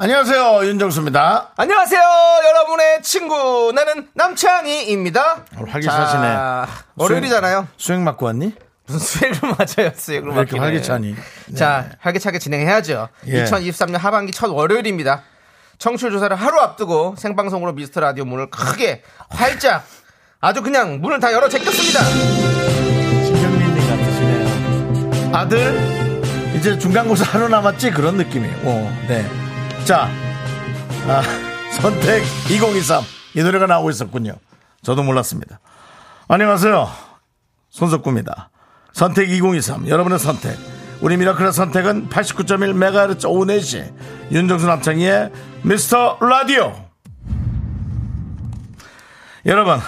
안녕하세요 윤정수입니다. 안녕하세요, 여러분의 친구. 나는 남창희입니다. 오늘 활기차시네. 자, 월요일이잖아요. 수행 맞고 왔니? 무슨 수액을 맞아요, 수액을 왜 맞기. 이렇게 활기차니? 네. 자, 활기차게 진행해야죠. 예. 2023년 하반기 첫 월요일입니다. 청취율 조사를 하루 앞두고 생방송으로 미스터 라디오 문을 크게 활짝 아주 그냥 문을 다 열어 제꼈습니다. 신경민님 같으시네요. 아들 이제 중간고사 하루 남았지 그런 느낌이에요. 어, 네. 자, 아, 선택 2023 이 노래가 나오고 있었군요. 저도 몰랐습니다. 안녕하세요, 손석구입니다. 선택 2023 여러분의 선택. 우리 미라클의 선택은 89.1 메가헤르츠 오후 4시 윤정수 남창희의 미스터 라디오. 여러분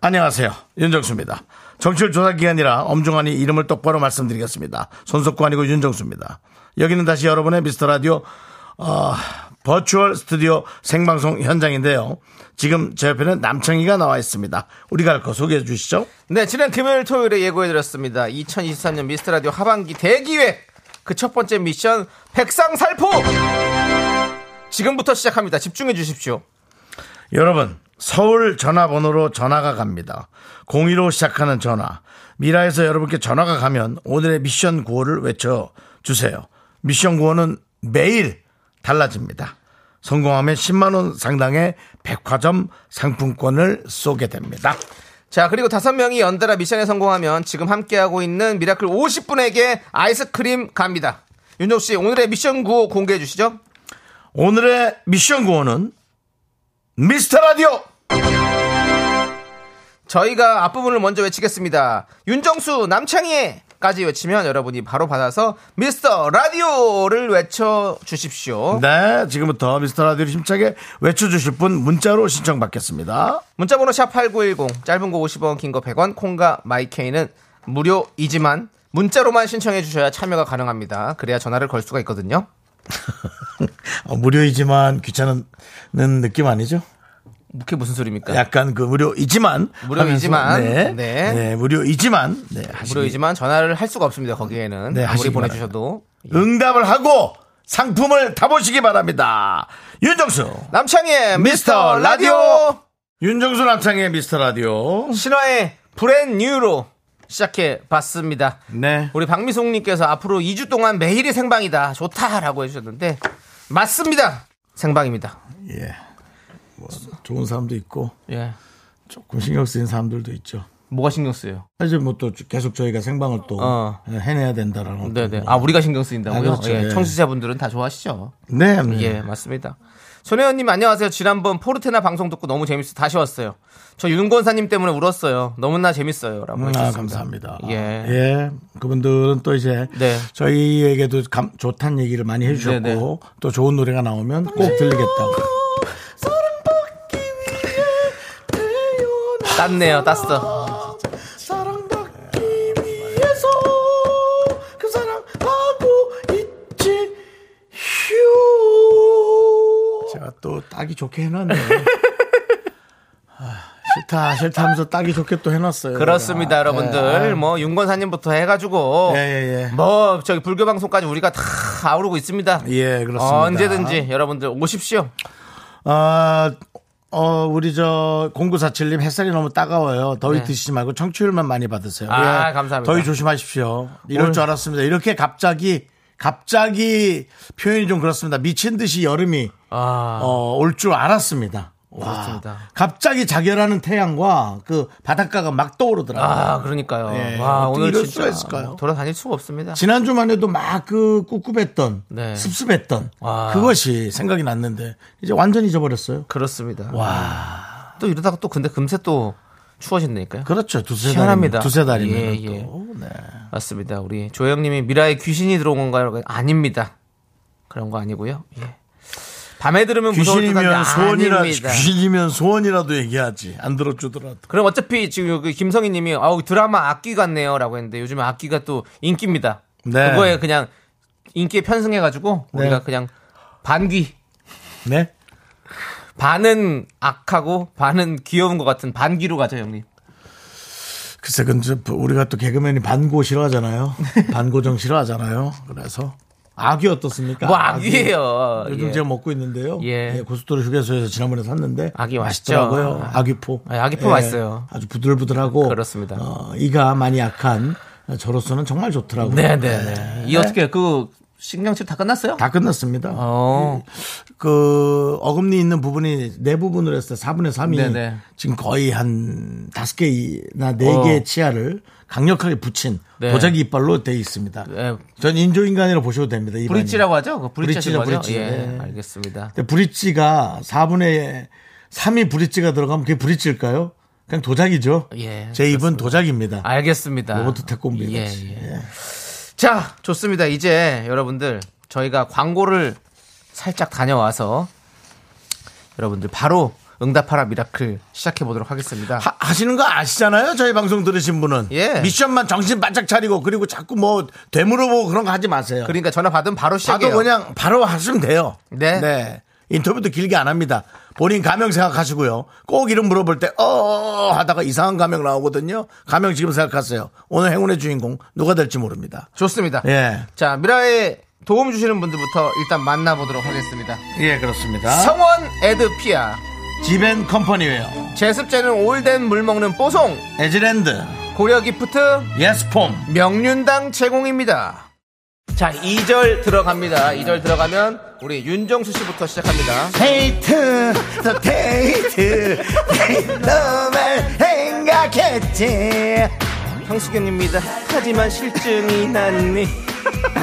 안녕하세요 윤정수입니다 정치율 조사 기간이라 엄중하니 이름을 똑바로 말씀드리겠습니다 손석구 아니고 윤정수입니다 여기는 다시 여러분의 미스터 라디오 어, 버추얼 스튜디오 생방송 현장인데요 지금 제 옆에는 남창희가 나와 있습니다 우리가 할 거 소개해 주시죠 네, 지난 금요일 토요일에 예고해드렸습니다. 2023년 미스터 라디오 하반기 대기획. 그 첫 번째 미션, 백상살포! 지금부터 시작합니다. 집중해 주십시오. 여러분 서울 전화번호로 전화가 갑니다 02로 시작하는 전화 미라에서 여러분께 전화가 가면 오늘의 미션 구호를 외쳐주세요 미션 구호는 매일 달라집니다 성공하면 10만원 상당의 백화점 상품권을 쏘게 됩니다 자, 그리고 다섯 명이 연달아 미션에 성공하면 지금 함께하고 있는 미라클 50분에게 아이스크림 갑니다. 윤종 씨, 오늘의 미션 구호 공개해 주시죠. 오늘의 미션 구호는 미스터라디오 저희가 앞부분을 먼저 외치겠습니다. 윤정수, 남창희의! 까지 외치면 여러분이 바로 받아서 미스터 라디오를 외쳐 주십시오. 네 지금부터 미스터라디오를 힘차게 외쳐주실 분 문자로 신청받겠습니다 문자번호 샵8910 짧은 거 50원 긴 거 100원 콩과 마이케이는 무료이지만 문자로만 신청해 주셔야 참여가 가능합니다. 그래야 전화를 걸 수가 있거든요. 어, 무료이지만 귀찮은 느낌 아니죠? 그게 무슨 소리입니까? 약간 그 무료이지만 그러니까. 무료이지만, 하면서, 네, 네. 네, 무료이지만 네, 하시기. 무료이지만 전화를 할 수가 없습니다. 거기에는 네, 아무리 하시기 보내주셔도 응답을 하고 상품을 타보시기 바랍니다. 윤정수 남창희의 미스터 라디오 윤정수 남창의 미스터 라디오 신화의 브랜 뉴로 시작해 봤습니다. 네 우리 박미송님께서 앞으로 2주 동안 매일이 생방이다 좋다라고 해주셨는데 맞습니다. 생방입니다. 예. 뭐, 좋은 사람도 있고 예, 조금 신경 쓰인 사람들도 있죠. 뭐가 신경 쓰여요? 사실 뭐 또 계속 저희가 생방을 또 어. 해내야 된다라는 네네. 어떤 아 우리가 신경 쓰인다고요? 아, 그렇죠. 예, 예. 청취자분들은 다 좋아하시죠. 네, 네. 예, 맞습니다. 손혜원님 안녕하세요. 지난번 포르테나 방송 듣고 너무 재밌어 다시 왔어요. 저 윤건사님 때문에 울었어요. 너무나 재밌어요라고 음, 아, 해주셨습니다. 감사합니다. 예. 예. 그분들은 또 이제 네. 저희에게도 감, 좋다는 얘기를 많이 해주셨고 네, 네. 또 좋은 노래가 나오면 꼭 들리겠다고. 땄네요, 땄어. 사랑받기 위해서 그 사랑하고 있지 휴. 제가 또 따기 좋게 해놨네. 아, 싫다 싫다 하면서 따기 좋게 또 해놨어요. 그렇습니다, 여러분들. 뭐 윤건사님부터 해가지고 네. 예, 예, 예. 뭐 저기 불교 방송까지 우리가 다 아우르고 있습니다. 어, 예, 그렇습니다. 아, 언제든지 여러분들 오십시오. 아, 어, 우리 저 0947님 햇살이 너무 따가워요. 더위 네. 드시지 말고 청취율만 많이 받으세요. 예, 아, 감사합니다. 더위 조심하십시오. 이럴 줄 알았습니다. 이렇게 갑자기 갑자기 표현이 좀 그렇습니다. 미친 듯이 여름이 어, 아, 올 줄 알았습니다. 와, 그렇습니다. 갑자기 자결하는 태양과 그 바닷가가 막 떠오르더라고요. 아 그러니까요. 예, 와 어떻게 오늘 이럴 진짜 수가 있을까요? 돌아다닐 수가 없습니다. 지난주만 해도 막 그 꿉꿉했던 네. 습습했던 와. 그것이 생각이 났는데 이제 완전히 잊어버렸어요. 그렇습니다. 와. 또 이러다가 또 근데 금세 또 추워진다니까요. 그렇죠. 두세 희한합니다. 달이면 두세 달이면 예, 예. 또. 네. 맞습니다. 우리 조영님이 미라에 귀신이 들어온 건가요? 아닙니다. 그런 거 아니고요. 예. 밤에 들으면 무서울 듯한데 귀신이면 소원이라 아닙니다. 귀신이면 소원이라도 얘기하지 안 들어주더라도 그럼 어차피 지금 그 김성희님이 아우 드라마 악기 같네요라고 했는데 요즘 악기가 또 인기입니다. 네. 그거에 그냥 인기에 편승해가지고 우리가 네. 그냥 반귀 네 반은 악하고 반은 귀여운 것 같은 반귀로 가죠 형님. 글쎄 근데 저 우리가 또 개그맨이 반고 싫어하잖아요 반고정 싫어하잖아요 그래서 악이 어떻습니까 뭐 악이. 악이에요. 요즘 예. 제가 먹고 있는데요 예. 예, 고속도로 휴게소에서 지난번에 샀는데 악이 맛있죠. 맛있더라고요 아. 아귀포 예. 아, 악이포 맛있어요. 아주 부들부들하고 그렇습니다. 어, 이가 많이 약한 저로서는 정말 좋더라고요 네네네. 이 어떻게 그 신경질 다 끝났어요? 다 끝났습니다 어. 그 어금니 있는 부분이 네 부분으로 했을 때 4분의 3이 네네. 지금 거의 한 다섯 개나 네 어. 개의 치아를 강력하게 붙인 네. 도자기 이빨로 되어 있습니다. 네. 전 인조인간이라 보셔도 됩니다. 입안이. 브릿지라고 하죠? 그 브릿지라고 브릿지죠, 하죠? 브릿지. 예, 네. 알겠습니다. 근데 브릿지가 4분의 3이 브릿지가 들어가면 그게 브릿지일까요? 그냥 도자기죠. 예, 제 입은 도자기입니다. 알겠습니다. 로버트 태권비 예, 같이. 예. 예. 자, 좋습니다. 이제 여러분들 저희가 광고를 살짝 다녀와서 여러분들 바로 응답하라 미라클 시작해 보도록 하겠습니다. 하, 하시는 거 아시잖아요. 저희 방송 들으신 분은 예. 미션만 정신 바짝 차리고 그리고 자꾸 뭐 되물어보고 그런 거 하지 마세요. 그러니까 전화 받으면 바로 시작해요. 봐도 그냥 바로 하시면 돼요. 네. 인터뷰도 길게 안 합니다. 본인 가명 생각하시고요. 꼭 이름 물어볼 때, 어, 어, 어, 하다가 이상한 가명 나오거든요. 가명 지금 생각하세요. 오늘 행운의 주인공 누가 될지 모릅니다. 좋습니다. 예. 자, 미라에 도움 주시는 분들부터 일단 만나보도록 하겠습니다. 예, 그렇습니다. 성원 에드피아, 지벤 컴퍼니웨어, 제습제는 올덴 물 먹는 뽀송, 에즈랜드, 고려 기프트, 예스폼, 명륜당 제공입니다. 자, 2절 들어갑니다. 2절 들어가면 우리 윤정수 씨부터 시작합니다. 데이트, 더 데이트, 너만 생각했지. 형수경입니다. 하지만 실증이 났니?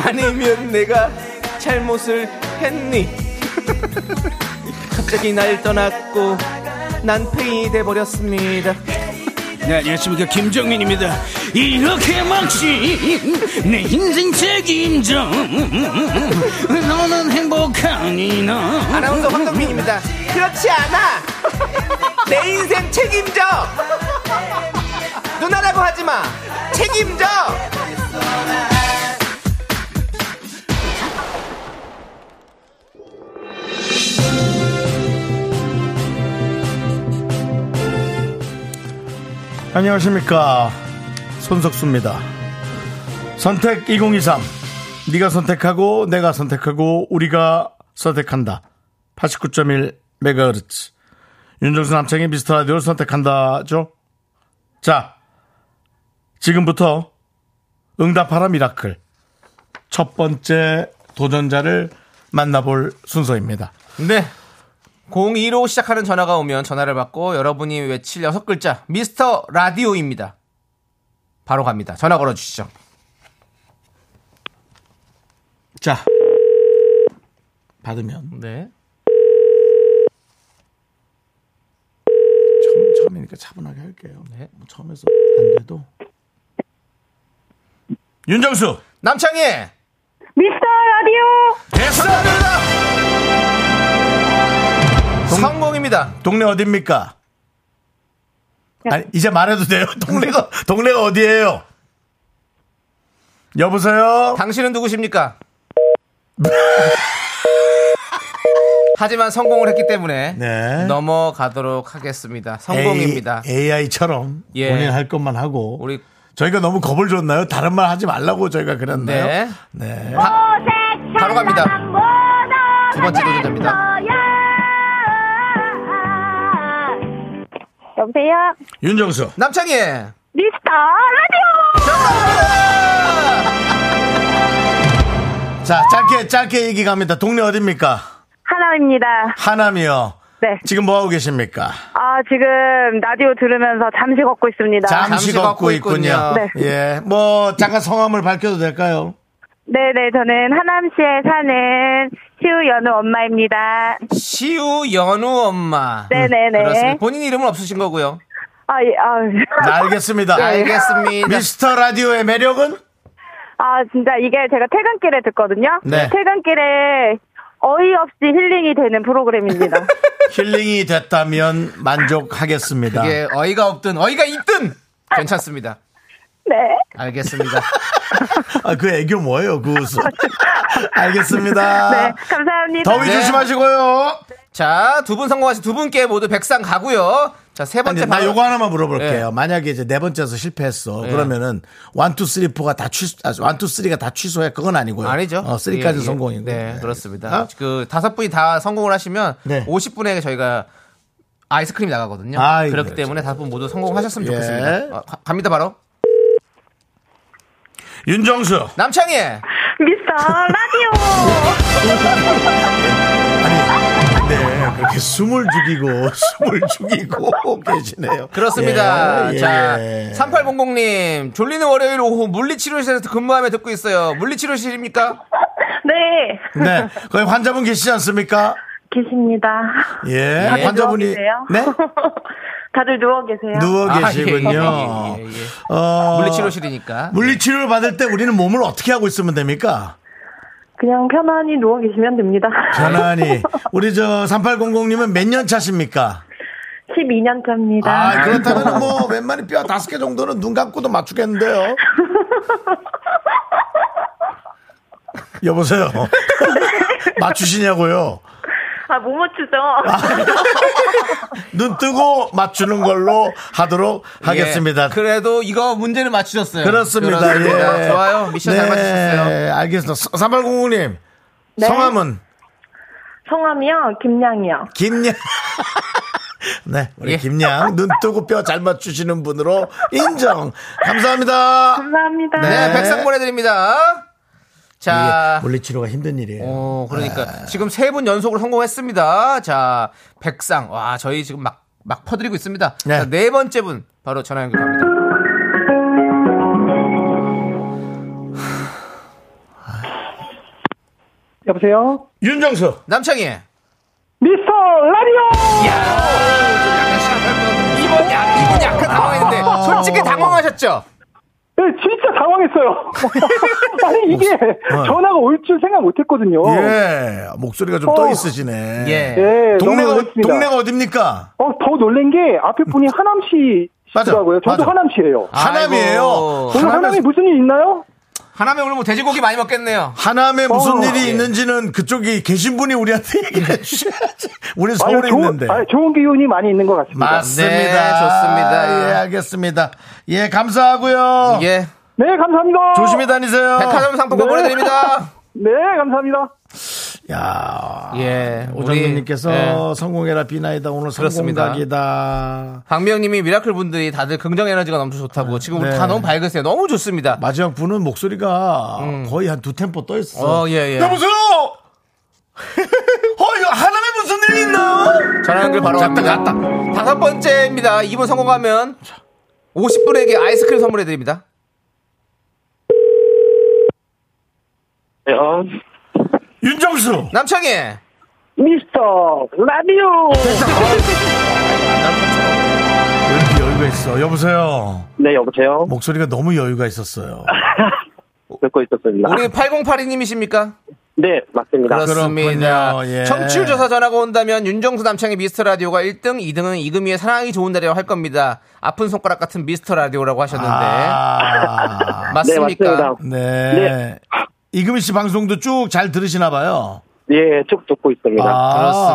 아니면 내가 잘못을 했니? 갑자기 날 떠났고 난 페이 돼 버렸습니다. 네, 안녕하십니까. 김정민입니다. 이렇게 막지, 내 인생 책임져. 너는 행복하니, 너. 아나운서 황덕민입니다. 그렇지 않아. 내 인생 책임져. 누나라고 하지 마. 책임져. 안녕하십니까 손석수입니다 선택 2023 네가 선택하고 내가 선택하고 우리가 선택한다 89.1 메가헤르츠 윤정수 남창의 미스터 라디오를 선택한다죠 자 지금부터 응답하라 미라클 첫 번째 도전자를 만나볼 순서입니다 네. 02로 시작하는 전화가 오면 전화를 받고 여러분이 외칠 여섯 글자 미스터 라디오입니다. 바로 갑니다. 전화 걸어 주시죠. 자 받으면 네. 처음, 처음이니까 차분하게 할게요. 네. 뭐 처음에서 안 돼도. 윤정수! 남창희 미스터 라디오 대선입니다! 성공입니다. 동네 어딥니까? 아니, 이제 말해도 돼요. 동네가, 동네가 어디예요? 여보세요? 당신은 누구십니까? 하지만 성공을 했기 때문에 네. 넘어가도록 하겠습니다. 성공입니다. A, AI처럼 예. 본인 할 것만 하고. 우리 저희가 너무 겁을 줬나요? 다른 말 하지 말라고 저희가 그랬나요? 네. 네. 바- 색 바로 갑니다. 두 번째 도전자입니다. 여보세요 윤정수. 남창희 미스터 라디오 자, 짧게, 짧게 얘기 갑니다. 동네 어딥니까? 하나입니다 하남이요. 네. 지금 뭐하고 계십니까? 아 지금 라디오 들으면서 잠시 걷고 있습니다 잠시 걷고 있군요. 네. 예. 뭐, 잠깐 성함을 밝혀도 될까요? 네네 저는 하남시에 사는 시우연우 엄마입니다 시우 연우 엄마. 네네네. 그렇습니다. 본인 이름은 없으신 거고요. 아, 예, 아, 나 네, 알겠습니다. 알겠습니다. 미스터 라디오의 매력은? 아 진짜 이게 제가 퇴근길에 듣거든요 네. 퇴근길에 어이없이 힐링이 되는 프로그램입니다. 힐링이 됐다면 만족하겠습니다. 이게 어이가 없든 어이가 있든 괜찮습니다. 네. 알겠습니다. 아, 그 애교 뭐예요? 그 웃음. 알겠습니다. 네. 감사합니다. 아, 더위 네. 조심하시고요. 자, 두 분 성공하신 두 분께 모두 백상 가고요. 자, 세 아니, 번째 나 바로- 요거 하나만 물어볼게요. 만약에 이제 네 번째에서 실패했어. 그러면은 1, 2, 3, 4가 다 취소, 아, 1, 2, 3가 다 취소해. 그건 아니고요. 아니죠. 어, 3까지 예, 예. 성공이고. 네, 네. 그렇습니다. 어? 그 다섯 분이 다 성공을 하시면 네. 50분에 저희가 아이스크림 나가거든요. 아이고, 그렇기 그렇죠. 때문에 다섯 분 모두 성공하셨으면 예. 좋겠습니다. 어, 가- 갑니다 바로 윤정수. 남창희. 미스터 라디오. 아니, 네. 그렇게 숨을 죽이고, 숨을 죽이고 계시네요. 그렇습니다. 예, 예. 자, 3800님, 졸리는 월요일 오후 물리치료실에서 근무하며 듣고 있어요. 물리치료실입니까? 네. 네. 거기 환자분 계시지 않습니까? 계십니다. 네, 예. 다들 환자분이. 아, 누워 계세요? 네? 다들 누워 계세요. 누워 아, 계시군요. 예, 예, 예, 예. 어, 물리치료실이니까. 물리치료를 받을 때 우리는 몸을 어떻게 하고 있으면 됩니까? 그냥 편안히 누워 계시면 됩니다. 편안히. 우리 저 3800님은 몇 년 차십니까? 12년 차입니다. 아, 그렇다면 뭐 웬만히 뼈 다섯 개 정도는 눈 감고도 맞추겠는데요. 여보세요. 맞추시냐고요? 아, 못 맞추죠? 눈 뜨고 맞추는 걸로 하도록 하겠습니다. 예, 그래도 이거 문제를 맞추셨어요. 그렇습니다. 그렇습니다. 예. 좋아요. 미션 잘 맞추셨어요. 알겠습니다. 3800님. 네. 성함은 성함이요? 김양이요. 김양. 네, 우리 예. 김양 눈 뜨고 뼈 잘 맞추시는 분으로 인정. 감사합니다. 감사합니다. 네, 네. 백상 보내드립니다. 자, 이게 물리치료가 힘든 일이에요. 어, 그러니까 지금 세 분 연속으로 성공했습니다. 자, 백상. 와, 저희 지금 막, 막 퍼드리고 있습니다. 네. 자, 네 번째 분 바로 전화 연결합니다. 여보세요? 윤정수. 남창희. 미스터 라디오! 이번 약, 이번 약간 아. 당황했는데 솔직히 당황하셨죠? 네, 진짜 당황했어요. 아니, 이게 어. 전화가 올 줄 생각 못 했거든요. 예, 목소리가 좀 떠 어. 있으시네. 예. 예, 동네가, 너무 어, 놀랐습니다. 동네가 어딥니까? 어, 더 놀란 게 앞에 분이 하남시시더라고요. 맞아, 저도 맞아. 하남시예요. 하남이에요. 아이고. 오늘 하남에 무슨 일 있나요? 하나면 오늘 뭐 돼지고기 많이 먹겠네요. 하남에 무슨 어. 예. 일이 있는지는 그쪽이 계신 분이 우리한테 얘기해 주셔야지. 우리 아니, 서울에 좋은, 있는데. 아니, 좋은 기운이 많이 있는 것 같습니다. 맞습니다. 네, 좋습니다. 예, 알겠습니다. 예, 감사하고요. 예. 네, 감사합니다. 음. 조심히 다니세요. 백화점 상품권 네. 보내드립니다. 네, 감사합니다. 야, 예. 아. 오정민님께서 예. 성공해라 비나이다 오늘 그렇습니다. 성공닭이다. 박미영님이 미라클 분들이 다들 긍정 에너지가 너무 좋다고 지금 네. 다 너무 밝으세요. 너무 좋습니다. 마지막 분은 목소리가 거의 한 두 템포 떠 있어. 음. 어, 예, 예. 여보세요. 어, 이거 하남에 무슨 일이 있나? 전화 연결 바로 잡다, 갑니다. 다섯 번째입니다. 이분 성공하면 50분에게 아이스크림 선물해 드립니다. 네, 어, 윤정수. 남창희. 미스터 라디오! 왜 이렇게 여유가 있어? 여보세요. 네, 여보세요? 목소리가 너무 여유가 있었어요. 듣고 있었습니다. 우리 8082님이십니까? 네, 맞습니다. 그렇습니다. 그렇군요. 예. 청취율 조사 전화가 온다면 윤정수 남창의 미스터 라디오가 1등, 2등은 이금희의 사랑이 좋은 날이라고 할 겁니다. 아픈 손가락 같은 미스터 라디오라고 하셨는데 아, 네, 맞습니까? 맞습니다. 네. 이금희 씨 방송도 쭉 잘 들으시나 봐요. 예, 쭉 듣고 있습니다. 아,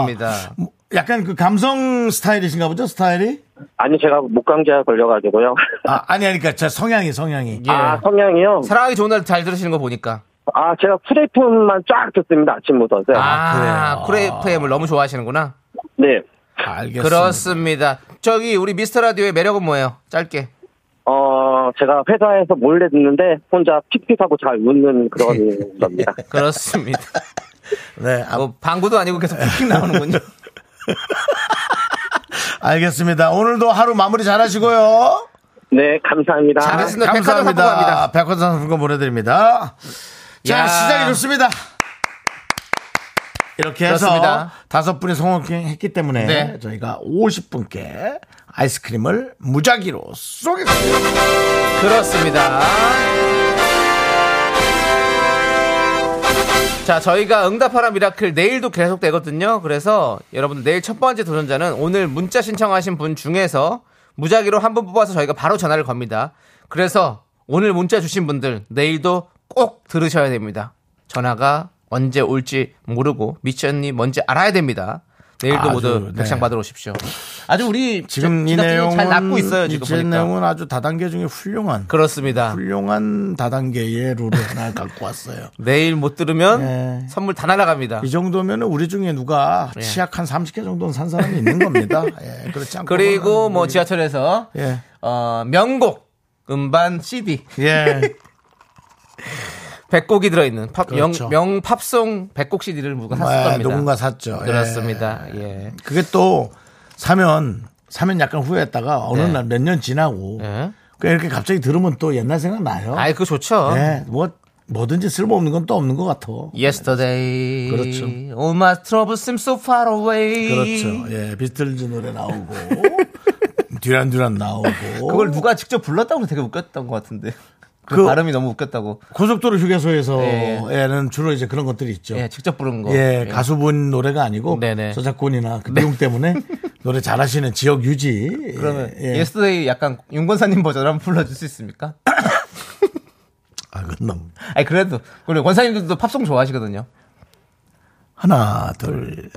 네, 그렇습니다. 뭐, 약간 그 감성 스타일이신가 보죠, 스타일이? 아. 니 제가 목감기가 걸려가지고요. 아, 아니, 아니, 그니까, 성향이, 성향이. 예. 아, 성향이요? 사랑하기 좋은 날 잘 들으시는 거 보니까 아, 제가 프레이프만 쫙 듣습니다. 아침부터. 네. 아, 그래요. 크레이프엠을 너무 좋아하시는구나. 네. 알겠습니다. 그렇습니다. 저기 우리 미스터 라디오의 매력은 뭐예요? 짧게. 어, 제가 회사에서 몰래 듣는데 네, 혼자 픽픽하고 잘 웃는 그런 겁니다. 그렇습니다. 네, 아, 뭐 방구도 아니고 계속 킥 나오는군요. 알겠습니다. 오늘도 하루 마무리 잘 하시고요. 네, 감사합니다. 잘했습니다. 백화점 상품 감사합니다. 갑니다. 백화점 상품권 보내드립니다. 자, 야. 시작이 좋습니다. 이렇게 해서 그렇습니다. 다섯 분이 성공했기 때문에 네. 저희가 50분께 아이스크림을 무작위로 쏘겠습니다. 그렇습니다. 자, 저희가 응답하라 미라클 내일도 계속되거든요. 그래서 여러분 내일 첫 번째 도전자는 오늘 문자 신청하신 분 중에서 무작위로 한 분 뽑아서 저희가 바로 전화를 겁니다. 그래서 오늘 문자 주신 분들 내일도 꼭 들으셔야 됩니다. 전화가 언제 올지 모르고 미션이 뭔지 알아야 됩니다. 내일도 아주, 모두 네. 백상 받으러 오십시오. 아주 우리 지금 이 제작진이 내용은 잘 낫고 있어요. 지금 제 보니까. 내용은 아주 다단계 중에 훌륭한 그렇습니다. 훌륭한 다단계의 룰을 하나 갖고 왔어요. 내일 못 들으면 네. 선물 다 날아갑니다. 이 정도면 우리 중에 누가 예. 치약 한 30개 정도는 산 사람이 있는 겁니다. 예, 그렇지 않고 그리고 뭐 지하철에서 예. 어, 명곡 음반 CD 예. 100곡이 들어있는 팝, 그렇죠. 명, 명 팝송 100곡 CD를 누가 샀을 아, 겁니다. 누군가 샀죠. 예. 그렇습니다. 예. 그게 또 사면 사면 약간 후회했다가 어느 네. 날 몇 년 지나고 예. 그 이렇게 갑자기 들으면 또 옛날 생각 나요. 아이 그거 좋죠. 어? 예, 뭐 뭐든지 쓸모없는 건 또 없는 것 같아. Yesterday. 그렇죠. All my troubles seem so far away. 그렇죠. 예, 비틀즈 노래 나오고 듀란 듀란 나오고 그걸 누가 직접 불렀다고 되게 웃겼던 것 같은데. 그, 그- 발음이 너무 웃겼다고. 고속도로 휴게소에서에는 예, 주로 이제 그런 것들이 있죠. 예, 예, 직접 부른 거. 가수분 노래가 아니고 네네. 저작권이나 그 비용 때문에 노래 잘하시는 지역 유지. 그러면 예. Yesterday 약간 윤권사님 버전 한번 불러줄 수 있습니까? 아, 그건 너무. 아니 그래도 우리 권사님들도 팝송 좋아하시거든요. 하나, 둘.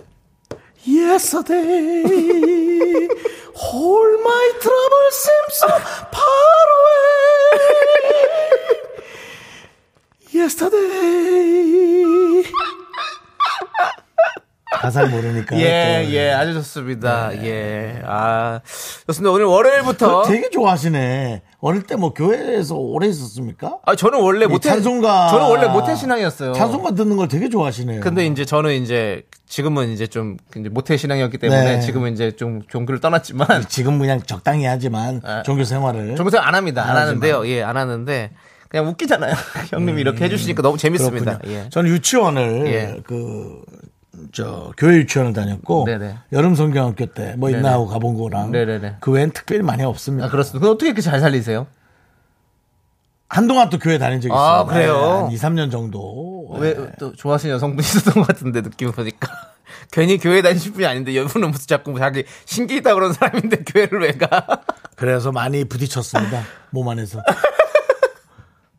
Yesterday, all my troubles seem so far away. Yesterday. 가사를 모르니까. 예, 또. 예, 아주 좋습니다. 예, 아 좋습니다. 오늘 월요일부터 네. 그거 되게 좋아하시네. 어릴 때 뭐 교회에서 오래 있었습니까? 아 저는 원래 이 모태 찬송가. 저는 원래 모태 신앙이었어요. 찬송가 듣는 걸 되게 좋아하시네요. 근데 이제 저는 이제 지금은 이제 좀 이제 모태 신앙이었기 때문에 네. 그렇죠. 지금은 이제 좀 종교를 떠났지만 지금 그냥 적당히 하지만 아. 종교 생활을. 종교생 안 합니다. 안, 안 하지만. 하는데요. 예, 안 하는데 그냥 웃기잖아요. 형님이 이렇게 해주시니까 너무 재밌습니다. 음, 그렇군요. 예. 저는 유치원을 예. 그 저 교회 유치원을 다녔고 네네. 여름 성경학교 때 뭐 있나 하고 가본 거랑 네네네. 그 외엔 특별히 많이 없습니다. 아 그렇습니다. 그럼 어떻게 이렇게 잘 살리세요? 한동안 또 교회 다닌 적이 있어요. 네, 아, 그래요? 한 2, 3년 정도. 어, 네. 왜 또 좋아하시는 여성분이 있었던 것 같은데 느낌 보니까 괜히 교회 다니실 분이 아닌데 여분은 무슨 자꾸 자기 신기 있다 그런 사람인데 교회를 왜 가? 그래서 많이 부딪혔습니다. 몸 안에서.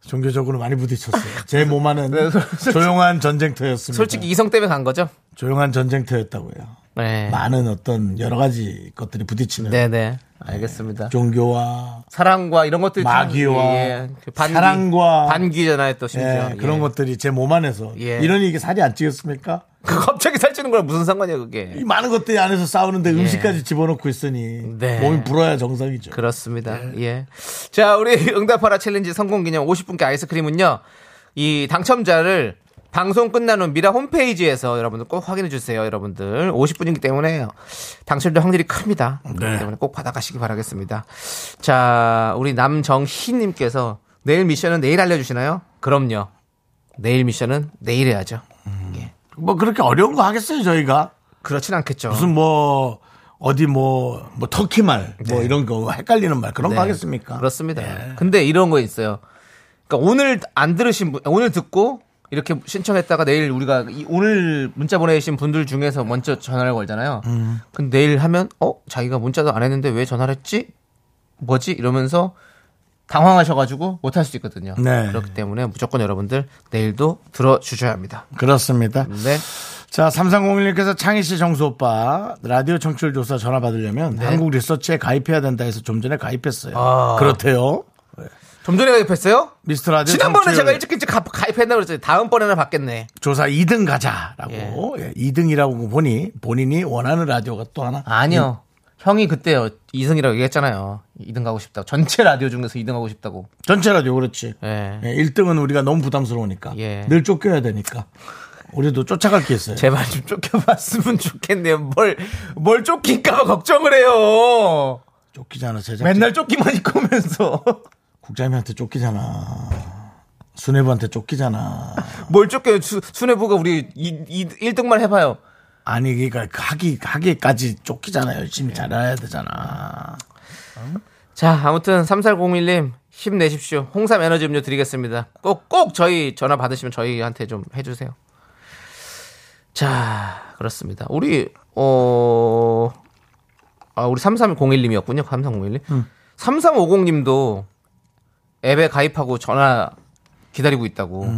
종교적으로 많이 부딪혔어요. 제 몸 안은 네, 솔직히- 조용한 전쟁터였습니다. 솔직히 이성 때문에 간 거죠? 조용한 전쟁터였다고요. 네. 많은 어떤 여러 가지 것들이 부딪히는 네네. 알겠습니다. 종교와 사랑과 이런 것들이 참, 마귀와 그 사랑과 반기잖아요 또 심지어 예, 그런 예. 것들이 제 몸 안에서 예. 이러니 이게 살이 안 찌겠습니까? 그 갑자기 살찌는 거랑 무슨 상관이야 이 그게 많은 것들이 안에서 싸우는데 음식까지 집어넣고 있으니 예. 네. 몸이 불어야 정상이죠. 그렇습니다 예자 우리 응답하라 챌린지 성공 기념 50분께 아이스크림은요 이 당첨자를 방송 끝난 후 미라 홈페이지에서 여러분들 꼭 확인해 주세요 여러분들 50분이기 때문에 당첨될 확률이 큽니다 그렇기 때문에 꼭 받아가시기 바라겠습니다 자 우리 남정희님께서 내일 미션은 내일 알려주시나요? 그럼요 내일 미션은 내일 해야죠 예. 뭐 그렇게 어려운 거 하겠어요 저희가 그렇진 않겠죠 무슨 뭐 어디 뭐, 뭐 터키 말, 뭐 이런 거 헷갈리는 말 그런 네, 거 하겠습니까? 예, 그렇습니다. 근데 이런 거 있어요. 그러니까 오늘 안 들으신 분, 오늘 듣고 이렇게 신청했다가 내일 우리가 이- 오늘 문자 보내신 분들 중에서 먼저 전화를 걸잖아요. 음. 근데 내일 하면 어 자기가 문자도 안 했는데 왜 전화를 했지? 뭐지? 이러면서 당황하셔가지고 못 할 수 있거든요. 네. 그렇기 때문에 무조건 여러분들 내일도 들어주셔야 합니다. 그렇습니다. 네. 자, 3301님께서 창희 씨, 정수 오빠, 라디오 청취율 조사 전화 받으려면 네. 한국 리서치에 가입해야 된다 해서 좀 전에 가입했어요. 아. 그렇대요. 좀 전에 가입했어요? 미스터 라디오 지난번에 청취율 제가 일찍 일찍 가- 가입했나 그랬더니 다음번에는 받겠네. 조사 2등 가자라고. 예. 2등이라고 보니 본인이 원하는 라디오가 또 하나. 아니요. 형이 그때요. 2승이라고 얘기했잖아요. 2등 가고 싶다고. 전체 라디오 중에서 2등 가고 싶다고. 전체 라디오 그렇지. 예. 1등은 우리가 너무 부담스러우니까. 예. 늘 쫓겨야 되니까. 우리도 쫓아갈 게 있어요. 제발 좀 쫓겨봤으면 좋겠네요. 뭘, 뭘 쫓길까봐 걱정을 해요. 쫓기잖아, 제작. 맨날 쫓기만 있고 오면서. 국장님한테 쫓기잖아. 수뇌부한테 쫓기잖아. 뭘 쫓겨요. 수, 순애부가 우리 이, 이, 1등만 해봐요. 아니, 그러니까 그 하기 하기까지 쫓기잖아. 예. 열심히 잘해야 되잖아. 자, 아무튼 3401님 힘내십시오. 홍삼 에너지 음료 드리겠습니다. 꼭, 꼭 저희 전화 받으시면 저희한테 좀 해주세요. 자, 그렇습니다. 우리, 어, 아, 우리 3301님이었군요. 3301님. 3350님도 앱에 가입하고 전화 기다리고 있다고.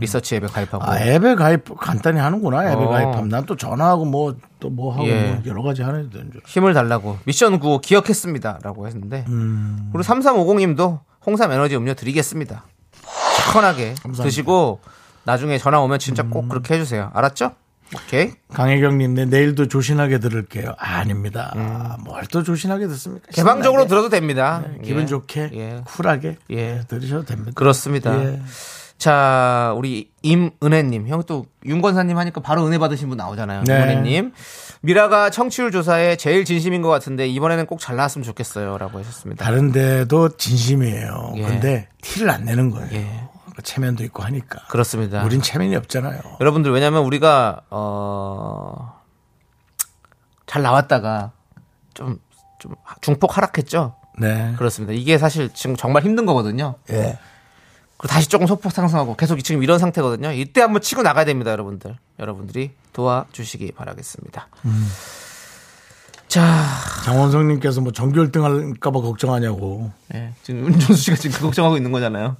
리서치 앱에 가입하고. 아, 앱에 가입 간단히 하는구나. 앱에 어. 가입하면 난 또 전화하고 뭐 또 뭐 하고 예. 뭐 여러 가지 하는 줄. 알았어. 힘을 달라고. 미션 구호 기억했습니다. 라고 했는데. 음. 우리 3350님도 홍삼 에너지 음료 드리겠습니다. 시원하게 드시고 나중에 전화 오면 진짜 음. 꼭 그렇게 해주세요. 알았죠? 오케이. 네, 강혜경님, 내 내일도 조신하게 들을게요. 아닙니다. 뭘 또 조신하게 듣습니까? 음. 개방적으로 신나게, 들어도 됩니다. 네, 기분 예. 좋게, 예. 쿨하게 예. 들으셔도 됩니다. 그렇습니다. 예. 자, 우리 임은혜님, 형 또 윤건사님 하니까 바로 은혜 받으신 분 나오잖아요. 네. 임은혜님, 미라가 청취율 조사에 제일 진심인 것 같은데 이번에는 꼭 잘 나왔으면 좋겠어요라고 하셨습니다. 다른데도 진심이에요. 예. 근데 티를 안 내는 거예요. 예. 그 체면도 있고 하니까. 그렇습니다. 우린 체면이 없잖아요. 여러분들 왜냐면 우리가 어잘 나왔다가 좀 좀 중폭 하락했죠. 네. 그렇습니다. 이게 사실 지금 정말 힘든 거거든요. 예. 그리고 다시 조금 소폭 상승하고 계속 지금 이런 상태거든요. 이때 한번 치고 나가야 됩니다, 여러분들. 여러분들이 도와주시기 바라겠습니다. 자, 장원성님께서 뭐 정규 1등 할까봐 걱정하냐고. 예, 지금 윤종수 씨가 지금 그 걱정하고 있는 거잖아요.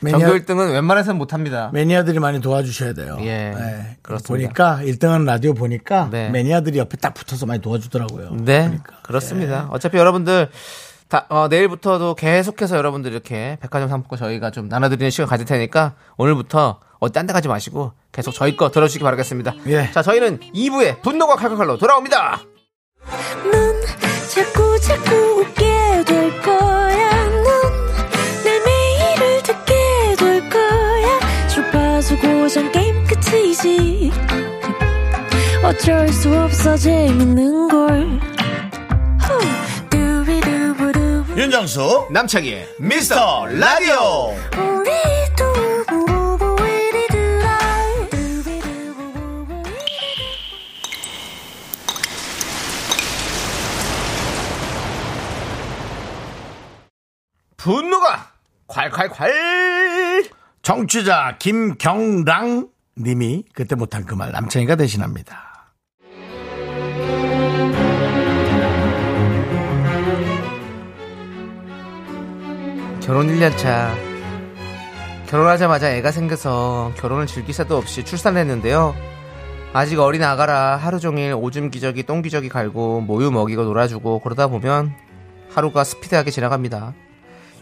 매니아, 전교 1등은 웬만해서는 못 합니다. 매니아들이 많이 도와주셔야 돼요. 네. 예, 그렇습니다. 보니까 1등하는 라디오 보니까 네. 매니아들이 옆에 딱 붙어서 많이 도와주더라고요. 네, 그렇습니다 어차피 여러분들 다 어, 내일부터도 계속해서 여러분들 이렇게 백화점 상품권 저희가 좀 나눠드리는 시간 가질 테니까 오늘부터 어, 딴 데 가지 마시고 계속 저희 거 들어주시기 바라겠습니다. 예. 자, 저희는 2부에 분노가 칼칼칼로 돌아옵니다. 넌 자꾸 자꾸 웃게 될 거야. 넌내 매일을 듣게 될 거야. 주파수 고정 게임 끝이지. 어쩔 수 없어 재밌는 걸. 후. 두비두부두부. 윤정수 남창희의 미스터 라디오 우리 두부부부 우리 두라. 두비두부부부 우리 두라. 분노가 콸콸콸 정취자 김경랑 님이 그때 못한 그 말 남창이가 대신합니다. 결혼 1년 차 결혼하자마자 애가 생겨서 결혼을 즐길 새도 없이 출산했는데요. 아직 어린 아가라 하루 종일 오줌 기저귀 똥 기저귀 갈고 모유 먹이고 놀아주고 그러다 보면 하루가 스피드하게 지나갑니다.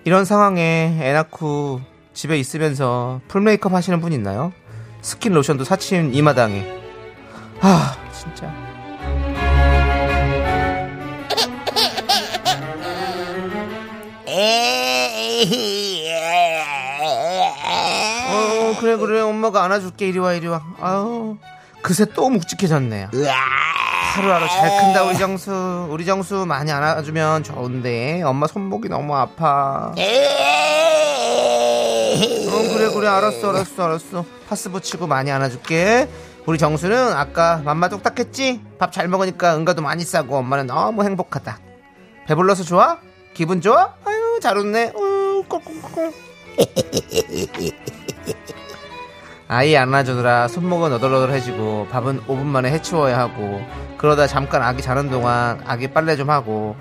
이런 상황에 애 낳고 집에 있으면서 풀 메이크업 하시는 분 있나요? 스킨 로션도 사치인 이 마당에 아 진짜 어 그래 그래 엄마가 안아줄게 이리 와 이리 와 아우 그새 또 묵직해졌네 하루하루 잘 큰다 우리 정수 우리 정수 많이 안아주면 좋은데 엄마 손목이 너무 아파 어 그래 그래 알았어 알았어 알았어 파스 붙이고 많이 안아줄게 우리 정수는 아까 맘마 똑딱했지 밥 잘 먹으니까 응가도 많이 싸고 엄마는 너무 행복하다 배불러서 좋아 기분 좋아 아유 잘 웃네 음, 우 꽁꽁꽁 아이 안아주느라 손목은 너덜너덜해지고 밥은 5분 만에 해치워야 하고 그러다 잠깐 아기 자는 동안 아기 빨래 좀 하고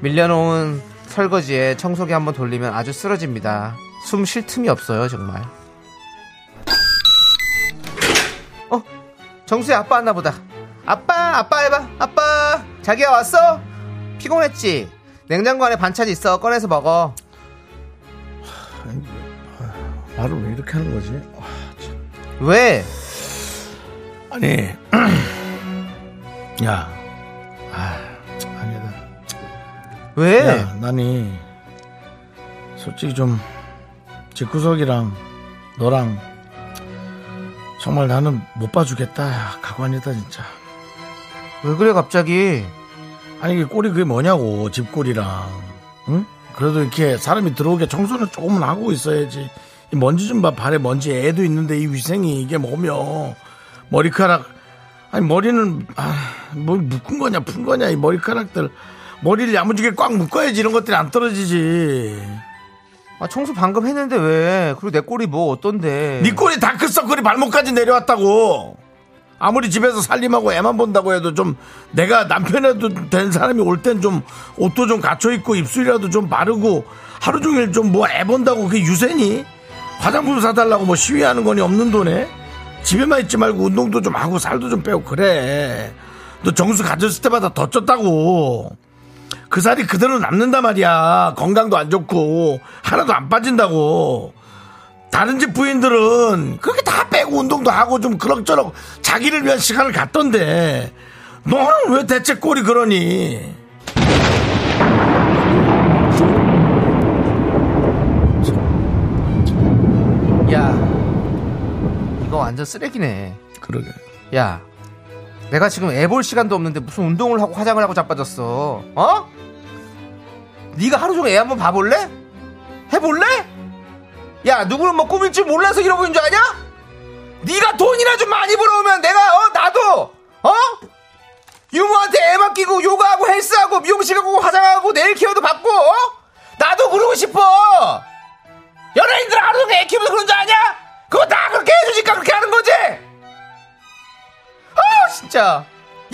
밀려놓은 설거지에 청소기 한번 돌리면 아주 쓰러집니다. 숨 쉴 틈이 없어요 정말. 어 정수야 아빠 왔나 보다. 아빠 아빠 해봐 아빠 자기야 왔어? 피곤했지? 냉장고 안에 반찬 있어 꺼내서 먹어. 말을 왜 이렇게 하는 거지? 왜? 아니, 야, 아, 아니다. 왜? 야, 나니 솔직히 좀 집구석이랑 너랑 정말 나는 못 봐주겠다. 야, 가관이다 진짜. 왜 그래 갑자기? 아니 이게 꼴이 그게 뭐냐고 집골이랑 응? 그래도 이렇게 사람이 들어오게 청소는 조금은 하고 있어야지 이 먼지 좀 봐 발에 먼지 애도 있는데 이 위생이 이게 뭐며 머리카락 아니 머리는 아뭘 묶은 거냐 푼 거냐 이 머리카락들 머리를 야무지게 꽉 묶어야지 이런 것들이 안 떨어지지 아, 청소 방금 했는데 왜? 그리고 내 꼴이 뭐 어떤데? 니 꼴이 네 다크서클이 발목까지 내려왔다고. 아무리 집에서 살림하고 애만 본다고 해도 좀 내가 남편이라도 된 사람이 올 땐 좀 옷도 좀 갖춰 입고 입술이라도 좀 바르고 하루 종일 좀 뭐 애 본다고 그게 유세니? 화장품 사달라고 뭐 시위하는 거니 없는 돈에? 집에만 있지 말고 운동도 좀 하고 살도 좀 빼고 그래. 너 정수 가졌을 때마다 더 쪘다고. 그 살이 그대로 남는단 말이야. 건강도 안 좋고 하나도 안 빠진다고. 다른 집 부인들은 그렇게 다 빼고 운동도 하고 좀 그럭저럭 자기를 위한 시간을 갖던데 너는 왜 대체 꼴이 그러니? 야, 이거 완전 쓰레기네. 그러게. 야, 내가 지금 애 볼 시간도 없는데 무슨 운동을 하고 화장을 하고 자빠졌어. 어? 네가 하루 종일 애 한번 봐볼래? 해볼래? 야, 누구는 뭐 꾸밀 줄 몰라서 이러고 있는 줄 아냐? 네가 돈이나 좀 많이 벌어오면 내가 어 나도 어 유모한테 애 맡기고 요가하고 헬스하고 미용실 가고 화장하고 네일 케어도 받고 어? 나도 그러고 싶어. 연예인들 하루 종일 애 키우면서 그런 줄 아냐? 그거 다 그렇게 해주니까 그렇게 하는 거지. 아 진짜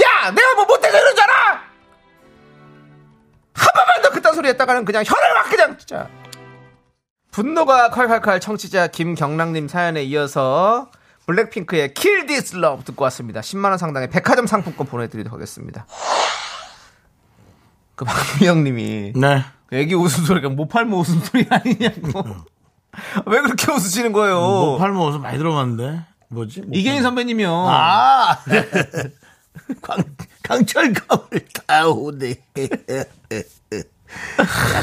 야 내가 뭐 못해서 이런 줄 알아 한 번만 더 그딴 소리 했다가는 그냥 혀를 막 그냥 진짜 분노가 칼칼칼 청취자 김경락님 사연에 이어서 블랙핑크의 Kill This Love 듣고 왔습니다 10만원 상당의 백화점 상품권 보내드리도록 하겠습니다 그 박미영님이 네. 애기 웃음소리가 그러니까 모팔모 웃음소리 아니냐고 왜 그렇게 웃으시는 거예요 뭐 팔모 옷 많이 들어봤는데 뭐지? 뭐 이계인 선배님이요 아 광, 강철감을 다오네. 야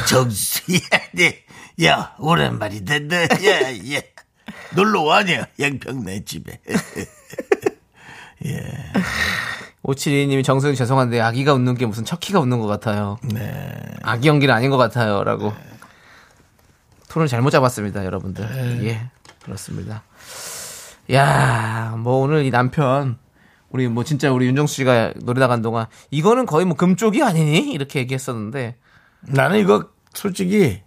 정수야, 네. 야 오랜만이 됐네. 야, 야. 놀러 와냐 양평내 집에. 5722님이 정수영 죄송한데 아기가 웃는 게 무슨 척키가 웃는 것 같아요. 네. 아기 연기는 아닌 것 같아요. 라고. 톤을 잘못 잡았습니다, 여러분들. 네. 예, 그렇습니다. 야, 뭐 오늘 이 남편, 우리 뭐 진짜 우리 윤정수 씨가 노래 나간 동안 이거는 거의 뭐 금쪽이 아니니? 이렇게 얘기했었는데, 나는 이거 솔직히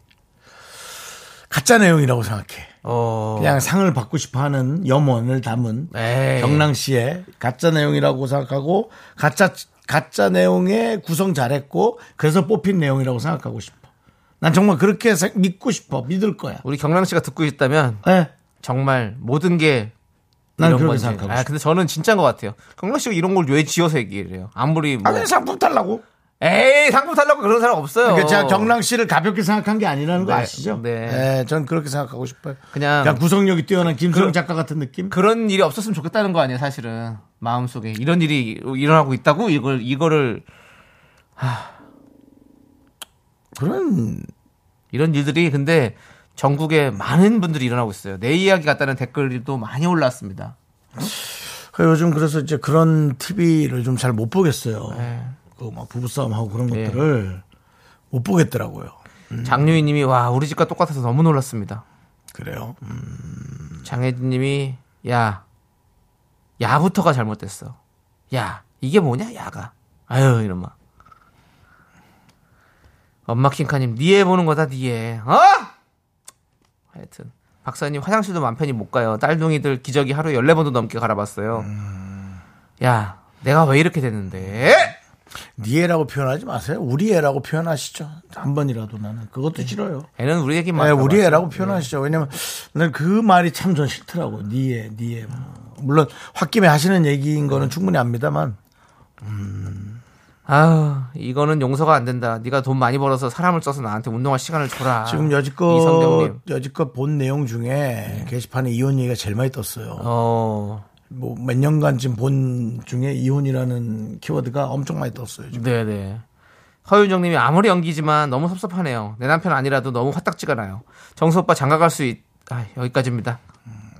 가짜 내용이라고 생각해. 어, 네. 그냥 상을 받고 싶어하는 염원을 담은 에이. 경랑 씨의 가짜 내용이라고 생각하고 가짜 가짜 내용의 구성 잘했고 그래서 뽑힌 내용이라고 생각하고 싶어. 난 정말 그렇게 생- 믿고 싶어. 믿을 거야. 우리 경랑 씨가 듣고 있다면 예. 정말 모든 게 난 이런 그렇게 건지. 생각하고 아, 싶어. 근데 저는 진짜인 것 같아요. 경랑 씨가 이런 걸 왜 지어서 얘기를 해요? 아무리 뭐. 아, 그냥 상품 달라고. 에이 상품 달라고 그런 사람 없어요. 그러니까 제가 경랑 씨를 가볍게 생각한 게 아니라는 거 네, 아시죠? 네. 예, 전 그렇게 생각하고 싶어요. 그냥- 구성력이 뛰어난 김수영 작가 같은 느낌? 그런 일이 없었으면 좋겠다는 거 아니에요, 사실은 마음 속에 이런 일이 일어나고 있다고 이걸 이거를 그런 이런 일들이 근데 전국에 많은 분들이 일어나고 있어요. 내 이야기 같다는 댓글도 많이 올라왔습니다. 그 요즘 그래서 이제 그런 TV를 좀 잘 못 보겠어요. 그 막 부부싸움하고 그런 네. 예. 것들을 못 보겠더라고요. 음. 장유희님이 와 우리 집과 똑같아서 너무 놀랐습니다. 그래요. 음. 장혜진님이 야 야부터가 잘못됐어. 야 이게 뭐냐 야가 아유 이놈아. 엄마 킹카님 니에 보는 거다 니에 어? 하여튼 박사님 화장실도 맘 편히 못 가요. 딸둥이들 기저귀 하루 14번도 넘게 갈아봤어요. 야 내가 왜 이렇게 됐는데 네 니애라고 표현하지 마세요. 우리 애라고 표현하시죠. 한 번이라도 나는 그것도 싫어요. 애는 우리 얘기 네, 예. 많아. 우리 애라고 예. 표현하시죠. 왜냐면 난그 말이 참 전 싫더라고. 네 니애, 니애. 물론 홧김에 하시는 네. 얘기인 거는 충분히 압니다만 아유 이거는 용서가 안 된다. 네가 돈 많이 벌어서 사람을 써서 나한테 운동할 시간을 줘라. 지금 아, 이성경님. 예. 여지껏 여지껏 본 내용 중에 게시판에 이혼 얘기가 제일 많이 떴어요. 어 뭐 몇 년간 지금 본 중에 이혼이라는 키워드가 엄청 많이 떴어요. 지금. 네네. 허윤정님이 아무리 연기지만 너무 섭섭하네요. 내 남편 아니라도 너무 화딱지가 나요. 정수 오빠 장가 갈 수 있. 아 여기까지입니다.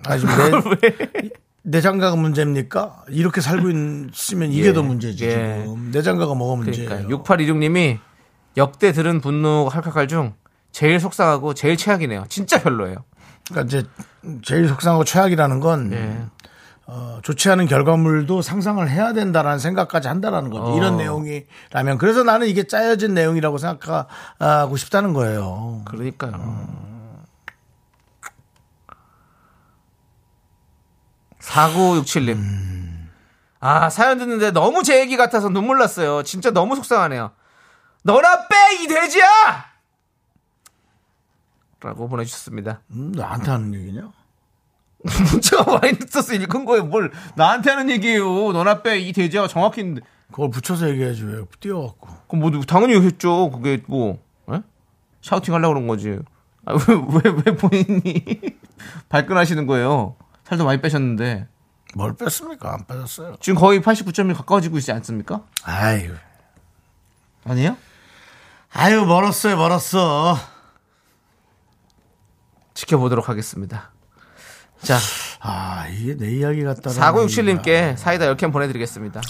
아, 지금 내, 내 장가가 문제입니까? 이렇게 살고 있으면 이게 더 문제지. 예. 지금. 내 장가가 뭐가 문제예요? 그러니까 6826님이 역대 들은 분노 할칼칼 중 제일 속상하고 제일 최악이네요. 진짜 별로예요. 그러니까 이제 제일 속상하고 최악이라는 건 예. 어, 좋지 않은 결과물도 상상을 해야 된다라는 생각까지 한다라는 거죠. 어. 이런 내용이라면 그래서 나는 이게 짜여진 내용이라고 생각하고 싶다는 거예요. 그러니까요. 4967님. 아, 사연 듣는데 너무 제 얘기 같아서 눈물 났어요. 진짜 너무 속상하네요. 너나 빼, 이 돼지야! 라고 보내주셨습니다. 음, 나한테 하는 얘기냐? 문자가 많이 늦어서 읽은 거예요. 뭘 나한테 하는 얘기예요. 너나 빼, 이 돼지야. 정확히 있는데. 그걸 붙여서 얘기해야지 왜 뛰어갖고 그럼 뭐, 누- 당연히 했죠. 그게 뭐, 에? 샤우팅 하려고 그런 거지. 아, 왜, 왜, 왜 본인이 발끈하시는 거예요? 살도 많이 빼셨는데. 뭘 뺐습니까? 안 빼졌어요. 지금 거의 89.1 가까워지고 있지 않습니까? 아유, 아니에요? 아유 멀었어요, 멀었어. 지켜보도록 하겠습니다. 자, 아 이게 내 이야기 같다. 4967님께 사이다 10캔 보내드리겠습니다.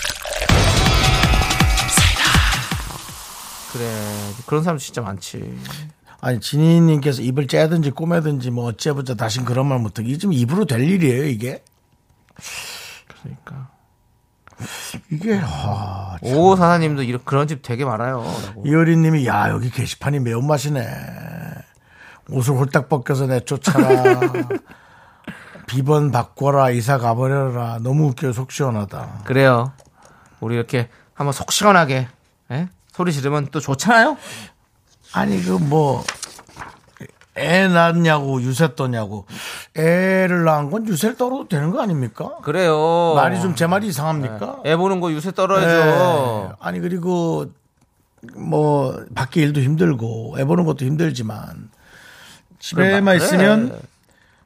그래, 그런 사람 진짜 많지. 아니 진희님께서 입을 째든지 꼬매든지 뭐 어째보자 다신 그런 말 못하게 이게 지금 입으로 될 일이에요 이게 그러니까. 이게 아, 오, 사사님도 이런, 그런 집 되게 많아요. 라고. 이효리님이 야 여기 게시판이 매운맛이네 옷을 홀딱 벗겨서 내쫓아라 비번 바꿔라 이사 가버려라 너무 웃겨 요속 시원하다 그래요. 우리 이렇게 한번 속 시원하게, 예? 소리 지르면 또 좋잖아요? 아니 그 뭐 애 낳았냐고 유세 떠냐고 애를 낳은 건 유세를 떨어도 되는 거 아닙니까? 그래요. 말이 좀 제 말이 이상합니까? 네. 애 보는 거 유세 떨어야죠. 예. 아니 그리고 뭐 밖에 일도 힘들고 애 보는 것도 힘들지만 집에만 있으면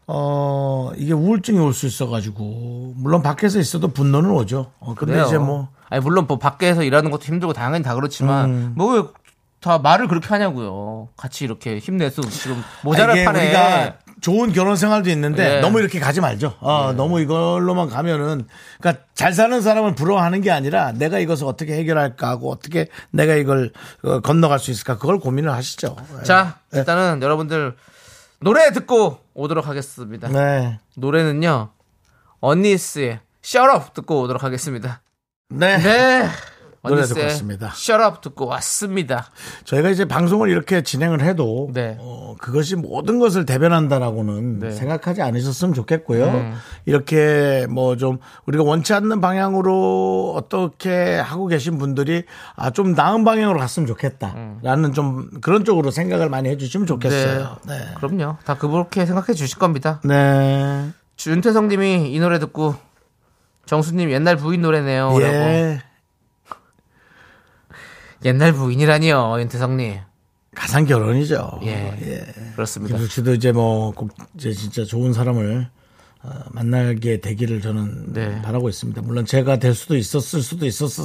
어 이게 우울증이 올 수 있어가지고 물론 밖에서 있어도 분노는 오죠. 어, 근데 그래요. 이제 뭐 아니 물론 뭐 밖에서 일하는 것도 힘들고 당연히 다 그렇지만 뭐 왜 다 말을 그렇게 하냐고요. 같이 이렇게 힘내서 지금 모자랄 이게 판에 우리가 좋은 결혼 생활도 있는데 예. 너무 이렇게 가지 말죠. 어, 너무 이걸로만 가면은 그러니까 잘 사는 사람을 부러워하는 게 아니라 내가 이것을 어떻게 해결할까 하고 어떻게 내가 이걸 어, 건너갈 수 있을까 그걸 고민을 하시죠. 예. 자 예. 일단은 여러분들 노래 듣고 오도록 하겠습니다. 네. 노래는요 언니스의 Shut Up 듣고 오도록 하겠습니다. 네. 네. 노래 듣고 언니스의 왔습니다. Shut Up 듣고 왔습니다. 저희가 이제 방송을 이렇게 진행을 해도 네. 어, 그것이 모든 것을 대변한다라고는 네. 음. 생각하지 않으셨으면 좋겠고요. 이렇게 뭐 좀 우리가 원치 않는 방향으로 어떻게 하고 계신 분들이 아, 좀 나은 방향으로 갔으면 음. 좋겠다라는 좀 그런 쪽으로 생각을 많이 해주시면 좋겠어요. 네. 네. 그럼요. 다 그렇게 생각해 주실 겁니다. 준태성님이 이 노래 듣고 정수님 옛날 부인 노래네요. 라고. 예. 옛날 부인이라니요, 윤태성님. 가상 결혼이죠. 예. 그렇습니다. 김숙 씨도 어, 이제 뭐, 꼭 이제 진짜 좋은 사람을 어, 만나게 되기를 저는 네. 바라고 있습니다. 물론 제가 될 수도 있었을 수도 있었을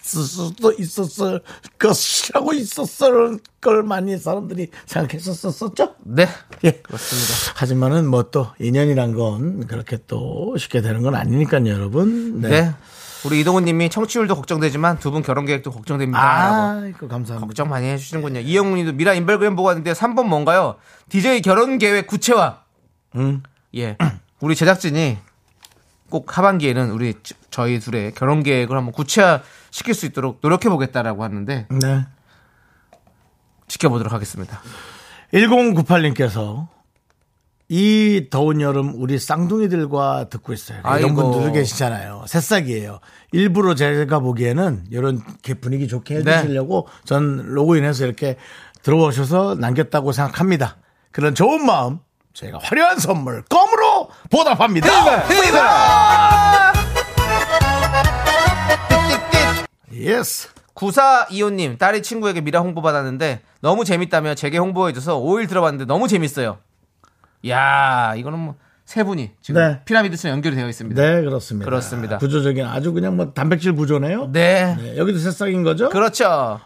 수도 있었을 것이라고 있었을 걸 많이 사람들이 생각했었었죠. 네. 예. 그렇습니다. 하지만은 뭐 또 인연이란 건 그렇게 또 쉽게 되는 건 아니니까요, 여러분. 네. 우리 이동훈 님이 청취율도 걱정되지만 두 분 결혼 계획도 걱정됩니다. 라고 아, 이거 감사합니다. 뭐 걱정 많이 네. 해주시는군요. 이영훈 님도 미라 인별그램 보고 왔는데 3번 뭔가요? DJ 결혼 계획 구체화. 예. 우리 제작진이 꼭 하반기에는 우리 저- 저희 둘의 결혼 계획을 한번 구체화 시킬 수 있도록 노력해 보겠다라고 하는데 네. 지켜보도록 하겠습니다. 1098님께서 이 더운 여름 우리 쌍둥이들과 듣고 있어요. 이런 아이고. 분들 계시잖아요. 새싹이에요. 일부러 제가 보기에는 이런 이렇게 분위기 좋게 네. 해주시려고 전 로그인해서 이렇게 들어오셔서 남겼다고 생각합니다. 그런 좋은 마음 저희가 화려한 선물 껌으로 네. 보답합니다. 예스. 9425님, 딸이 친구에게 미라 홍보 받았는데 너무 재밌다며 제게 홍보해줘서 5일 들어봤는데 너무 재밌어요. 야 이거는 뭐 세 분이 지금 네. 피라미드처럼 연결이 되어 있습니다. 네 그렇습니다. 그렇습니다. 구조적인 아주 그냥 뭐 단백질 구조네요. 네. 네, 여기도 새싹인 거죠? 그렇죠.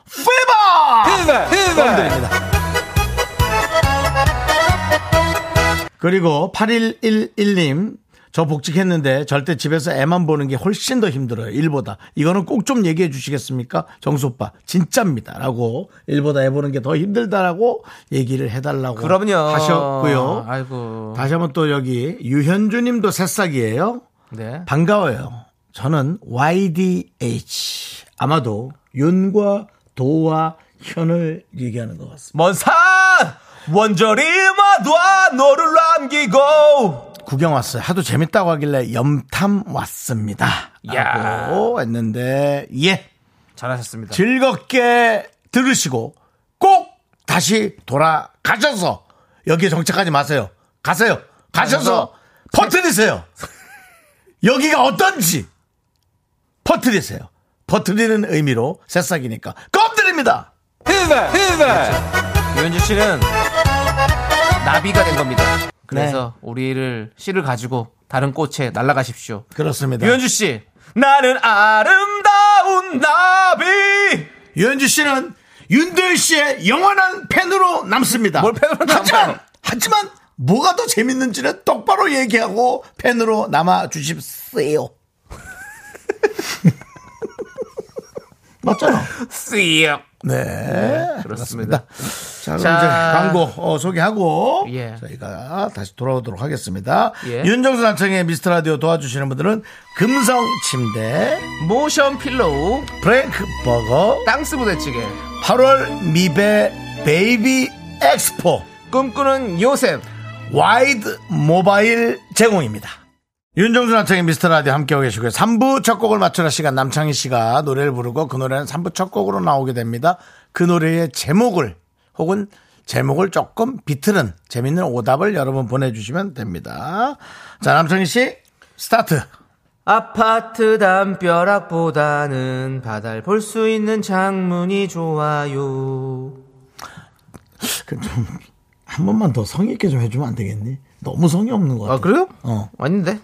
그리고 8111님 저 복직했는데 절대 집에서 애만 보는 게 훨씬 더 힘들어요. 일보다. 이거는 꼭 좀 얘기해 주시겠습니까? 정수 오빠 진짜입니다. 라고 일보다 애 보는 게 더 힘들다라고 얘기를 해달라고 그럼요. 하셨고요. 아이고. 다시 한번 또 여기 유현주 님도 새싹이에요. 네. 반가워요. 저는 YDH. 아마도 윤과 도와 현을 얘기하는 것 같습니다. 먼산 원절이 마도 너를 남기고 구경 왔어요. 하도 재밌다고 하길래 염탐 왔습니다. 야. 라고 했는데 예 잘하셨습니다. 즐겁게 들으시고 꼭 다시 돌아가셔서 여기에 정착하지 마세요. 가세요. 가셔서 퍼뜨리세요. 여기가 어떤지 퍼뜨리세요. 퍼뜨리는 의미로 새싹이니까 껌드립니다. 히베 히베. 유현주 씨는 나비가 된 겁니다. 그래서 우리를 씨를 가지고 다른 꽃에 날아가십시오. 그렇습니다. 유현주 씨, 네. 나는 아름다운 나비. 유현주 씨는 윤도현 씨의 영원한 팬으로 남습니다. 뭘 팬으로 남아요? 하지만, 하지만 뭐가 더 재밌는지는 똑바로 얘기하고 팬으로 남아 주십시오. 맞잖아. 씨요. 네. 그렇습니다. 자, 그럼 자. 이제 광고 어, 소개하고 예. 저희가 다시 돌아오도록 하겠습니다. 예. 윤정수 남창의 미스터 라디오 도와주시는 분들은 금성 침대, 모션 필로우, 브랭크 버거, 땅스 부대찌개, 8월 미베 베이비 엑스포 꿈꾸는 요셉. 와이드 모바일 제공입니다. 윤정수 남창의 미스터 라디오 함께하고 계시고요. 3부 첫 곡을 맞춰라 시간 남창희 씨가 노래를 부르고 그 노래는 3부 첫 곡으로 나오게 됩니다. 그 노래의 제목을 혹은 제목을 조금 비틀은 재밌는 오답을 여러분 보내주시면 됩니다. 자 남창희 씨 스타트. 아파트 담벼락보다는 바다를 볼 수 있는 창문이 좋아요. 그 좀한 번만 더 성의 있게 좀 해주면 안 되겠니? 너무 성의 없는 것 같아. 아, 그래요? 어. 아닌데?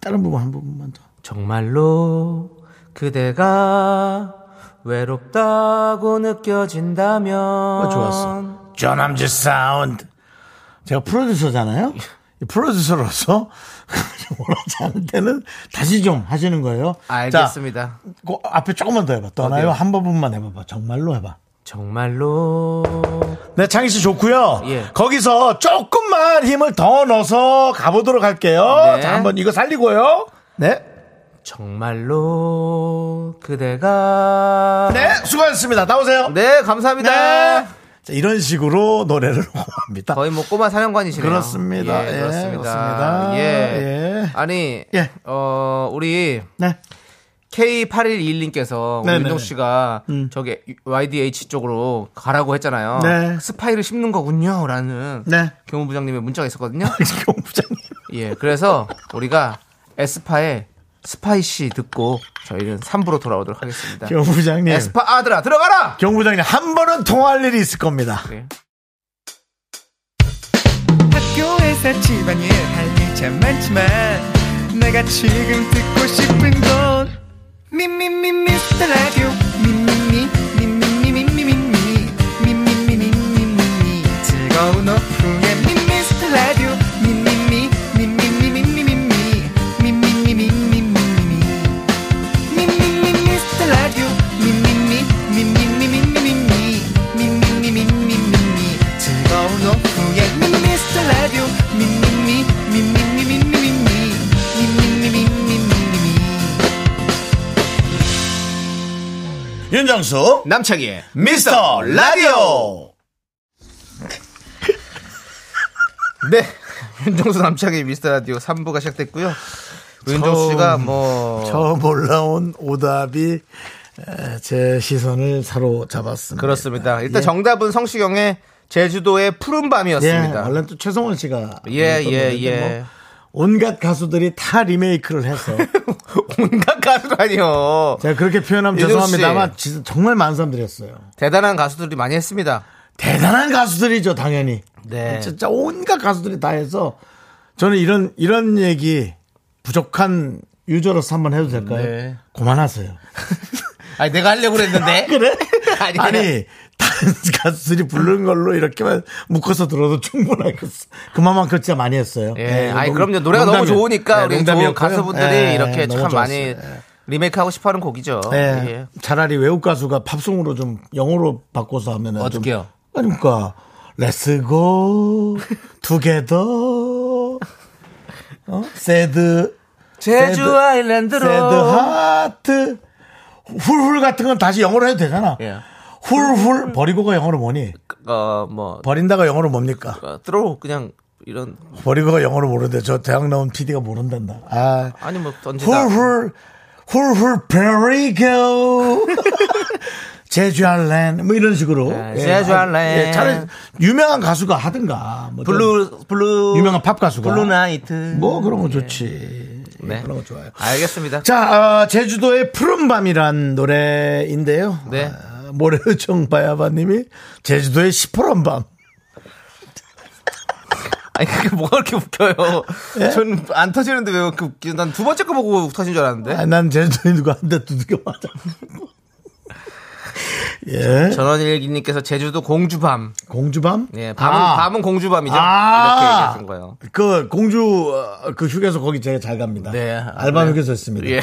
다른 부분 한 부분만 더. 정말로 그대가 외롭다고 느껴진다면. 아, 좋았어. 조남지 사운드. 제가 프로듀서잖아요. 이 프로듀서로서 원하지 않을 때는 다시 좀 하시는 거예요. 알겠습니다. 자, 그 앞에 조금만 더 해봐. 떠나요. 한 부분만 해봐봐. 정말로 해봐. 정말로 네, 창희 씨 좋고요. 예. 거기서 조금만 힘을 더 넣어서 가보도록 할게요. 네. 자, 한번 이거 살리고요. 네. 정말로 그대가 네, 수고하셨습니다. 나오세요. 네, 감사합니다. 네. 자, 이런 식으로 노래를 합니다. 거의 뭐 꼬마 사냥관이시네요. 그렇습니다. 예, 예, 그렇습니다. 그렇습니다. 예. 예. 아니, 예. 어, 우리 네. K8121님께서 네네네. 윤종 씨가 음. 저기 YDH 쪽으로 가라고 했잖아요. 네. 스파이를 심는 거군요. 라는 네. 경호부장님의 문자가 있었거든요. 경 부장님. 예, 그래서 우리가 에스파의 스파이시 듣고 저희는 3부로 돌아오도록 하겠습니다. 경 부장님. 에스파 아들아, 들어가라! 경 부장님 한 번은 통화할 일이 있을 겁니다. 네. 학교에서 집안일 할 일 참 많지만 내가 지금 듣고 싶은 건 미미미 미스터 라디오 미미미 미미미 미미미 미미미 미미미 미미미 즐거운 오후에 미스터 라디오 미미미 미미미 미미미 미미미 미미미 미미미 윤정수 남창희의 미스터 라디오. 네. 윤정수 남창의 미스터 라디오 3부가 시작됐고요. 윤정수 처음, 씨가 뭐 처음 올라온 오답이 에, 제 시선을 사로잡았습니다. 그렇습니다. 일단 예. 정답은 성시경의 제주도의 푸른 예, 밤이었습니다. 원래 또 최성원 씨가 예, 했던 예, 노래인데 예. 뭐 온갖 가수들이 다 리메이크를 해서 온갖 가수라니요. 제가 그렇게 표현하면 윤정 씨. 죄송합니다만 진짜 정말 많은 사람들이었어요. 대단한 가수들이 많이 했습니다. 대단한 가수들이죠, 당연히. 어, 네. 진짜 온갖 가수들이 다 해서 저는 이런 이런 얘기 부족한 유저로서 한번 해도 될까요? 네. 그만하세요. 아니 내가 하려고 그랬는데. 그래? 아니, 아니 다른 가수들이 부른 걸로 이렇게만 묶어서 들어도 충분하겠어. 그만만큼 진짜 많이 했어요. 예. 네, 아니 농- 그럼요. 노래가 너무 농담이- 좋으니까 네, 우리 농담이었고요. 좋은 가수분들이 예, 이렇게 너무 참 좋았어요. 많이 예. 리메이크하고 싶어하는 곡이죠. 예. 예. 차라리 외국 가수가 팝송으로 좀 영어로 바꿔서 하면 어떡해요? 그러니까 레츠고 투게더 어? 새드 제주 새드- 아일랜드로. 새드 하트 훌훌 같은 건 다시 영어로 해도 되잖아. 예. 훌훌 버리고가 영어로 뭐니? 어뭐 버린다가 영어로 뭡니까? 어, 들어 그냥 이런 버리고 영어를 모르는데 저 대학 나온 PD가 모른단다. 아, 아니 뭐 던지다 훌훌 훌훌 베리고 제주알렌 뭐 이런 식으로 네, 제주알렌. 아, 예, 차라리 유명한 가수가 하든가 뭐 좀 블루 블루 유명한 팝 가수가 블루 나이트 뭐 그런 거 좋지. 예, 네. 그런 거 좋아요. 알겠습니다. 자, 어, 제주도의 푸른 밤이란 노래인데요. 네. 아, 모래 요청 바야바님이 제주도의 시퍼런 밤. 아니 그게 뭐가 그렇게 웃겨요? 예? 저는 안 터지는데 왜 그렇게 웃겨? 난두 번째 거 보고 터진 줄 알았는데 아, 난 제주도에 누가 한 대 두들겨 맞아. 예. 전원일기님께서 제주도 공주밤. 공주밤? 예, 밤은 아. 밤은 공주밤이죠. 이렇게 아, 얘기하신 거예요. 그 공주 어, 그 휴게소 거기 제가 잘 갑니다. 네. 알바 휴게소 있습니다. 예. 예,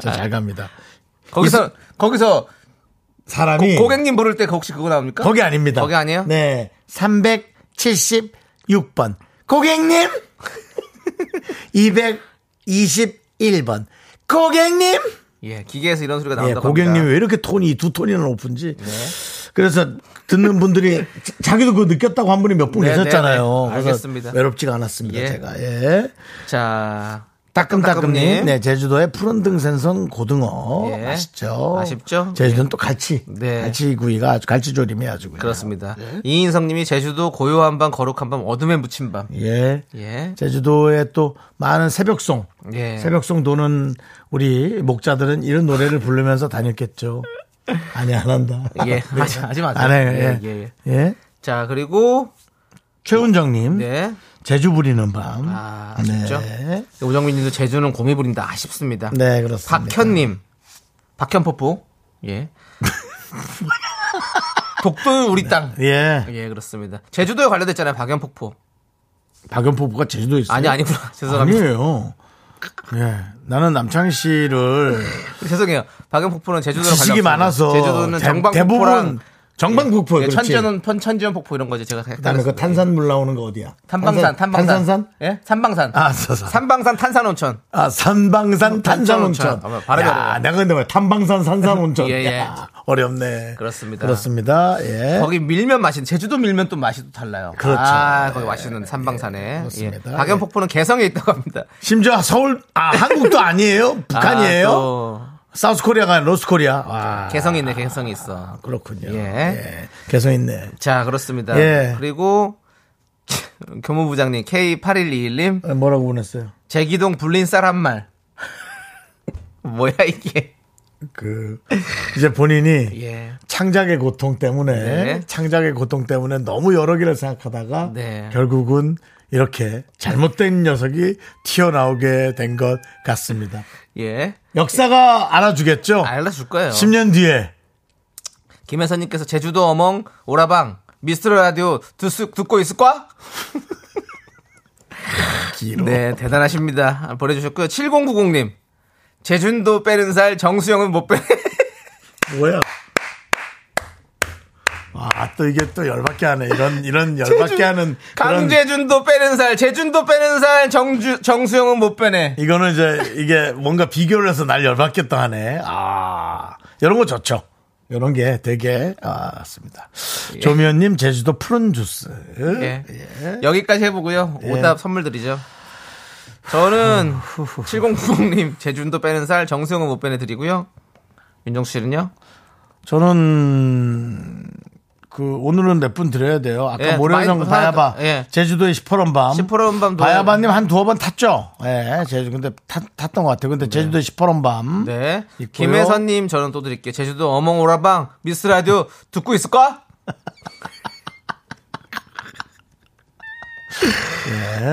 제가 잘 갑니다. 거기서 거기서 사람이 고, 객님 부를 때 혹시 그거 나옵니까? 네. 거기 아닙니다. 거기 아니에요? 네. 376번. 고객님! 221번. 고객님! 예, 기계에서 이런 소리가 예, 나온다고 네. 고객님 합니다. 왜 이렇게 톤이 두 톤이나 높은지. 그래서 듣는 분들이 자- 자기도 그거 느꼈다고 한 분이 몇 분 네, 계셨잖아요. 네, 네. 그래서 알겠습니다. 외롭지가 않았습니다, 예. 제가. 예. 자, 따끔따끔님. 따끔따끔님. 네, 제주도의 푸른 등생선 고등어. 예. 맛있죠. 맛있죠? 제주도는 또 갈치. 네. 갈치 구이가 아주 갈치조림이 아주 그냥. 그렇습니다. 네. 이인성 님이 제주도 고요한 밤 거룩한 밤 어둠에 묻힌 밤. 예. 예. 제주도에 또 많은 새벽송, 예. 새벽송 도는 우리 목자들은 이런 노래를 부르면서 다녔겠죠. 아니 안 한다. 예, 하지- 하지 마세요. 안 해요. 예, 예, 예, 예. 자, 그리고 최운정님, 네. 제주 부리는 밤. 아, 아쉽죠? 네. 오정민 님도 제주는 곰이 부린다 아쉽습니다. 네, 그렇습니다. 박현 님. 박현 포포. 예. 독도는 우리 땅. 예, 예, 그렇습니다. 제주도에 관련됐잖아요. 박연폭포. 박연포부가 제주도 에 있어요. 아니, 아니구나. 죄송합니다. 아니에요. 예, 나는 남창희 씨를 죄송해요. 박연폭포는 제주도랑 지식이 관련 없어요. 많아서 제주도는 대- 정방폭포랑 대부분 정방폭포 예, 그렇지. 천지연 펀 천지연 폭포 이런 거지 제가 그다음에 그 탄산물 나오는 거 어디야? 탄방산 탄방산 탄산산? 예 산방산 아, 산산. 산방산 탄산온천 아, 산방산 탄산온천. 어머, 발음이 야, 어려워. 내가 근데 왜 탄방산 산산온천. 예, 예. 야, 어렵네. 그렇습니다. 그렇습니다. 예. 거기 밀면 맛이 제주도 밀면 또 맛이 또 달라요 그렇죠. 네. 아 거기 맛있는 산방산에 그렇습니다. 예. 박연폭포는 개성에 있다고 합니다 심지어 서울, 아, 한국도 아니에요? 북한이에요? 아, 또 사우스 코리아가 아니라 로스 코리아. 와. 개성이 있네 개성이 있어 아, 그렇군요. 예. 예. 개성 있네. 자 그렇습니다 예. 그리고 교무부장님 K8121님 아, 뭐라고 보냈어요? 제기동 불린 쌀한 말. 뭐야 이게? 그, 이제 본인이 예. 창작의 고통 때문에, 네. 창작의 고통 때문에 너무 여러 개를 생각하다가, 네. 결국은 이렇게 잘못된 녀석이 튀어나오게 된 것 같습니다. 예. 역사가 알아주겠죠? 알려줄 거예요. 10년 뒤에. 김혜선님께서 제주도 어멍 오라방 미스터 라디오 듣, 듣고 있을 까 기로. 네 대단하십니다. 아, 보내주셨고요. 7090님 제주도 빼는 살 정수영은 못 빼. 뭐야? 아, 또 이게 또 열받게 하네. 이런, 이런 열받게 하는. 그런- 강제준도 빼는 살 제준도 빼는 살 정주 정수영은 못 빼네. 이거는 이제 이게 뭔가 비교를 해서 날 열받게 또 하네. 아, 이런 거 좋죠. 이런 게 되게, 아, 맞습니다. 조미연님, 제주도 푸른 주스. 예. 여기까지 해보고요. 예. 오답 선물 드리죠. 음, 저는 7090님 제준도 빼는 살 정수영은 못 빼내 드리고요. 윤정수 씨는요? 저는, 그, 오늘은 몇 분 드려야 돼요. 아까 예, 모래성 많이 바야바. 받았다. 예. 제주도의 시퍼런 밤. 시퍼런 밤도- 바야바님 한 두어 번 탔죠? 예, 제주. 근데 탔, 던것 같아요. 근데 제주도의 시퍼런 밤. 네. 있고요. 김혜선님 저는 또 드릴게요. 제주도 어멍 오라방 미스 라디오 듣고 있을까?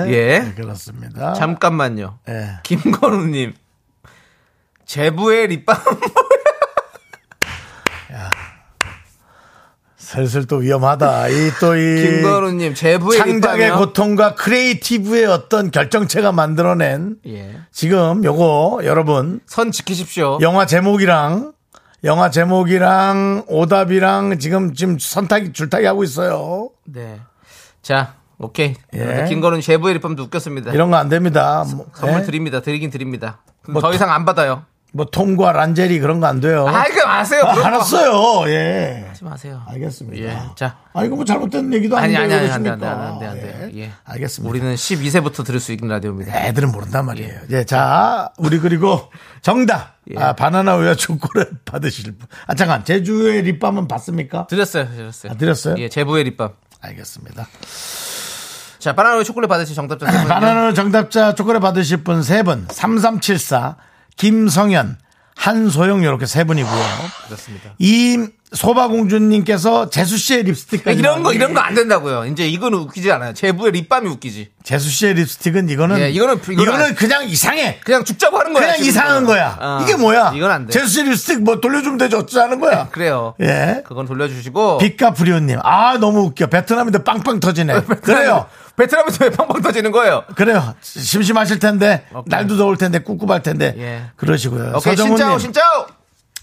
예. 예. 그렇습니다. 잠깐만요. 예. 김건우님 제부의 립밤 슬슬 또 위험하다. 이 또 이. 김건우님 제부의 예. 창작의 립밤이요. 고통과 크리에이티브의 어떤 결정체가 만들어낸 예. 지금 요거 여러분 선 지키십시오. 영화 제목이랑 영화 제목이랑 오답이랑 지금 지금 선타기 줄타기 하고 있어요. 네. 자, 오케이. 예. 김건우 제부의 립밤도 웃겼습니다. 이런 거 안 됩니다. 뭐, 네. 선물 예? 드립니다. 드리긴 드립니다. 뭐 더 통- 이상 안 받아요. 뭐 통과 란제리 그런 거 안 돼요. 아, 이거 아세요. 아, 알았어요. 예. 하지 마세요. 알겠습니다. 예, 자. 아, 이거 뭐 잘못된 얘기도 아니, 아닌데 아니, 왜 아니, 안 돼, 안 돼, 그러십니까? 안 돼, 안 돼. 예. 예. 알겠습니다. 우리는 12세부터 들을 수 있는 라디오입니다. 애들은 모른단 말이에요. 예, 자, 우리 그리고 정답. 예. 아, 바나나 우유와 초콜릿 받으실 분. 아, 잠깐, 제주의 립밤은 봤습니까? 드렸어요, 드렸어요. 아, 드렸어요? 예, 제부의 립밤. 알겠습니다. 자, 바나나 초콜릿 받으실 정답자 세 분은요. 바나나 우유 정답자 초콜릿 받으실 분 세분 3374, 김성현, 한소영, 이렇게 세분이고요 그렇습니다. 이 소바공주님께서 제수씨의 립스틱까지. 예, 아, 이런 거, 나왔는데 이런 거 안 된다고요. 이제 이건 웃기지 않아요. 제부의 립밤이 웃기지. 제수 씨의 립스틱은 이거는 예, 이거는- 이거는 이거는 안- 그냥 이상해. 그냥 죽자고 하는 거야. 그냥 지금 이상한 이거는. 거야. 아, 이게 뭐야? 이건 안 돼. 아, 제수 씨 립스틱 뭐 돌려주면 되지 어쩌자는 거야. 그래요. 예. 그건 돌려주시고. 빅카프리오님, 아 너무 웃겨. 베트남인데 빵빵 터지네. 그래요, 베트남에서 왜 팡팡 터지는 거예요? 그래요. 심심하실 텐데 날도 더울 텐데 꿉꿉할 텐데 예. 그러시고요. 오케이, 서정훈님, 신짜오, 신짜오!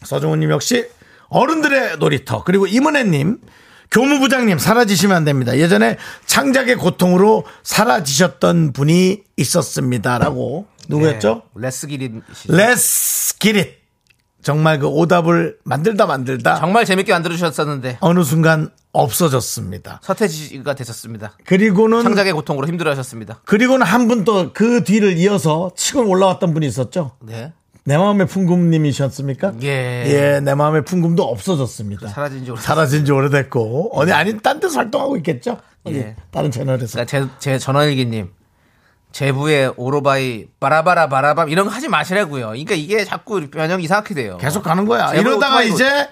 서정훈님 역시 어른들의 놀이터 그리고 이문혜님. 교무부장님 사라지시면 안 됩니다. 예전에 창작의 고통으로 사라지셨던 분이 있었습니다라고 누구였죠? 네, 레스기린 씨. Let's get it. 정말 그 오답을 만들다 만들다 정말 재밌게 만들어주셨었는데. 어느 순간 없어졌습니다. 서태지 씨가 되셨습니다. 그리고는 창작의 고통으로 힘들어하셨습니다. 그리고는 한 분 또 그 뒤를 이어서 치고 올라왔던 분이 있었죠. 네. 내 마음의 풍금님이셨습니까? 예. 그 내 마음의 풍금도 없어졌습니다. 사라진 지 오래됐- 사라진 지 오래됐고 어디 아닌 딴 데서 활동하고 있겠죠. 어디 예. 다른 채널에서. 그러니까 제, 제 전원일기님. 제부의 오로바이 바라바라 바라밤 이런 거 하지 마시라고요. 그러니까 이게 자꾸 변형 이상하게 돼요. 계속 가는 거야. 제목 이러다가 오토바이로- 이제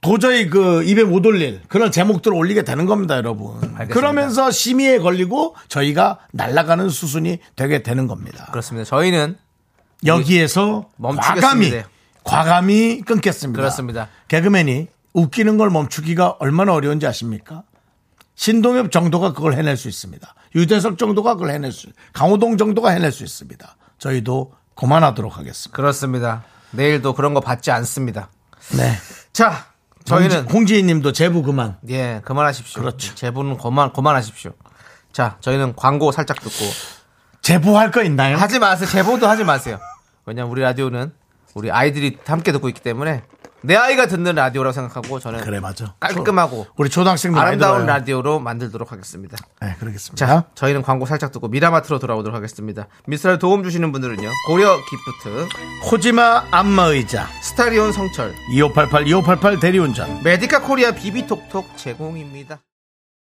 도저히 그 입에 못 올릴 그런 제목들을 올리게 되는 겁니다, 여러분. 그러면서 심의에 걸리고 저희가 날아가는 수순이 되게 되는 겁니다. 그렇습니다. 저희는 여기에서 멈추겠습니다. 과감히 과감히 끊겠습니다. 그렇습니다. 개그맨이 웃기는 걸 멈추기가 얼마나 어려운지 아십니까? 신동엽 정도가 그걸 해낼 수 있습니다. 유재석 정도가 그걸 해낼 수, 강호동 정도가 해낼 수 있습니다. 저희도 그만하도록 하겠습니다. 그렇습니다. 내일도 그런 거 받지 않습니다. 네. 자, 저희는 홍지- 홍지희님도 제부 그만. 예, 그만하십시오. 그렇죠. 제부는 그만 그만하십시오. 자, 저희는 광고 살짝 듣고 제보할 거 있나요? 하지 마세요. 제보도 하지 마세요. 왜냐면 우리 라디오는 우리 아이들이 함께 듣고 있기 때문에 내 아이가 듣는 라디오라고 생각하고 저는 그래 맞아. 깔끔하고 초- 우리 초등학생들 아름다운 많이 들어요. 라디오로 만들도록 하겠습니다. 네, 그러겠습니다. 자, 저희는 광고 살짝 듣고 미라마트로 돌아오도록 하겠습니다. 미스라를 도움 주시는 분들은요. 고려 기프트, 코지마 안마의자 스타리온 성철, 2588 2588 대리운전 메디카 코리아 비비톡톡 제공입니다.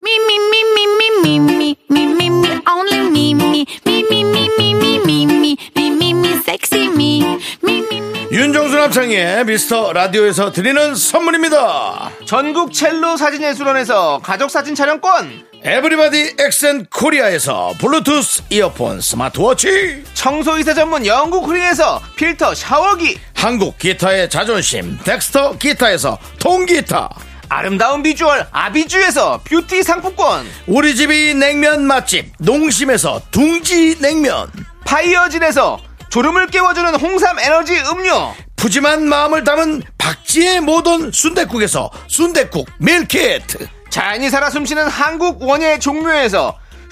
Me, me, me, me, me, me, me, me, me, me, only me, me, me, me, me, me, me, me, me, me, me, me, sexy me, me, me, me. 윤종수 남창의 미스터 라디오에서 드리는 선물입니다. 전국 첼로 사진예술원에서 가족사진 촬영권, 에브리바디 엑센 코리아에서 블루투스 이어폰 스마트워치 청소이사 전문 영국 크린에서 필터 샤워기, 한국 기타의 자존심 덱스터 기타에서 통기타 아름다운 비주얼 아비주에서 뷰티 상품권, 우리 집이 냉면 맛집 농심에서 둥지 냉면 파이어진에서 졸음을 깨워주는 홍삼 에너지 음료, 푸짐한 마음을 담은 박지의 모던 순댓국에서 순댓국 밀키트 자연이 살아 숨쉬는 한국 원예 종묘에서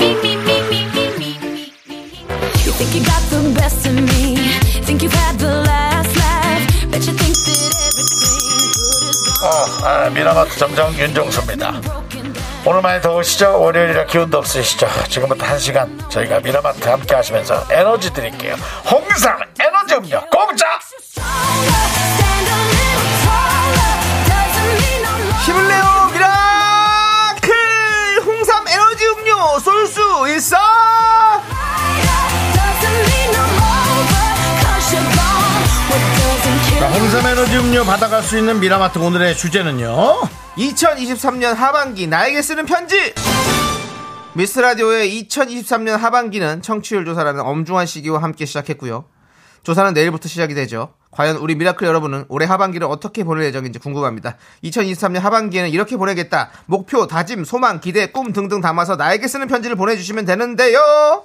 me, me, me, me, me, me. You think you got the best of me? Think you've had the last laugh? Bet you think that everything good is gone. 미라마트 점장 윤정수입니다. Broken down. 오늘 많이 더우시죠? 월요일이라 기운도 없으시죠? 지금부터 한 시간 저희가 미라마트 함께 하시면서 에너지 드릴게요. 홍상 에너지 음료 공짜! Stronger, stand a little taller. Doesn't mean no longer. 힘을 내요 미라클 홍삼 에너지 음료 쏠수 있어 Doesn't mean no over. Cause you're gone. What doesn't kill 홍삼 에너지 음료 받아갈 수 있는 미라마트 오늘의 주제는요? 2023년 하반기 나에게 쓰는 편지 미스라디오의 2023년 하반기는 청취율 조사라는 엄중한 시기와 함께 시작했고요 조사는 내일부터 시작이 되죠 과연 우리 미라클 여러분은 올해 하반기를 어떻게 보낼 예정인지 궁금합니다. 2023년 하반기에는 이렇게 보내겠다. 목표, 다짐, 소망, 기대, 꿈 등등 담아서 나에게 쓰는 편지를 보내주시면 되는데요.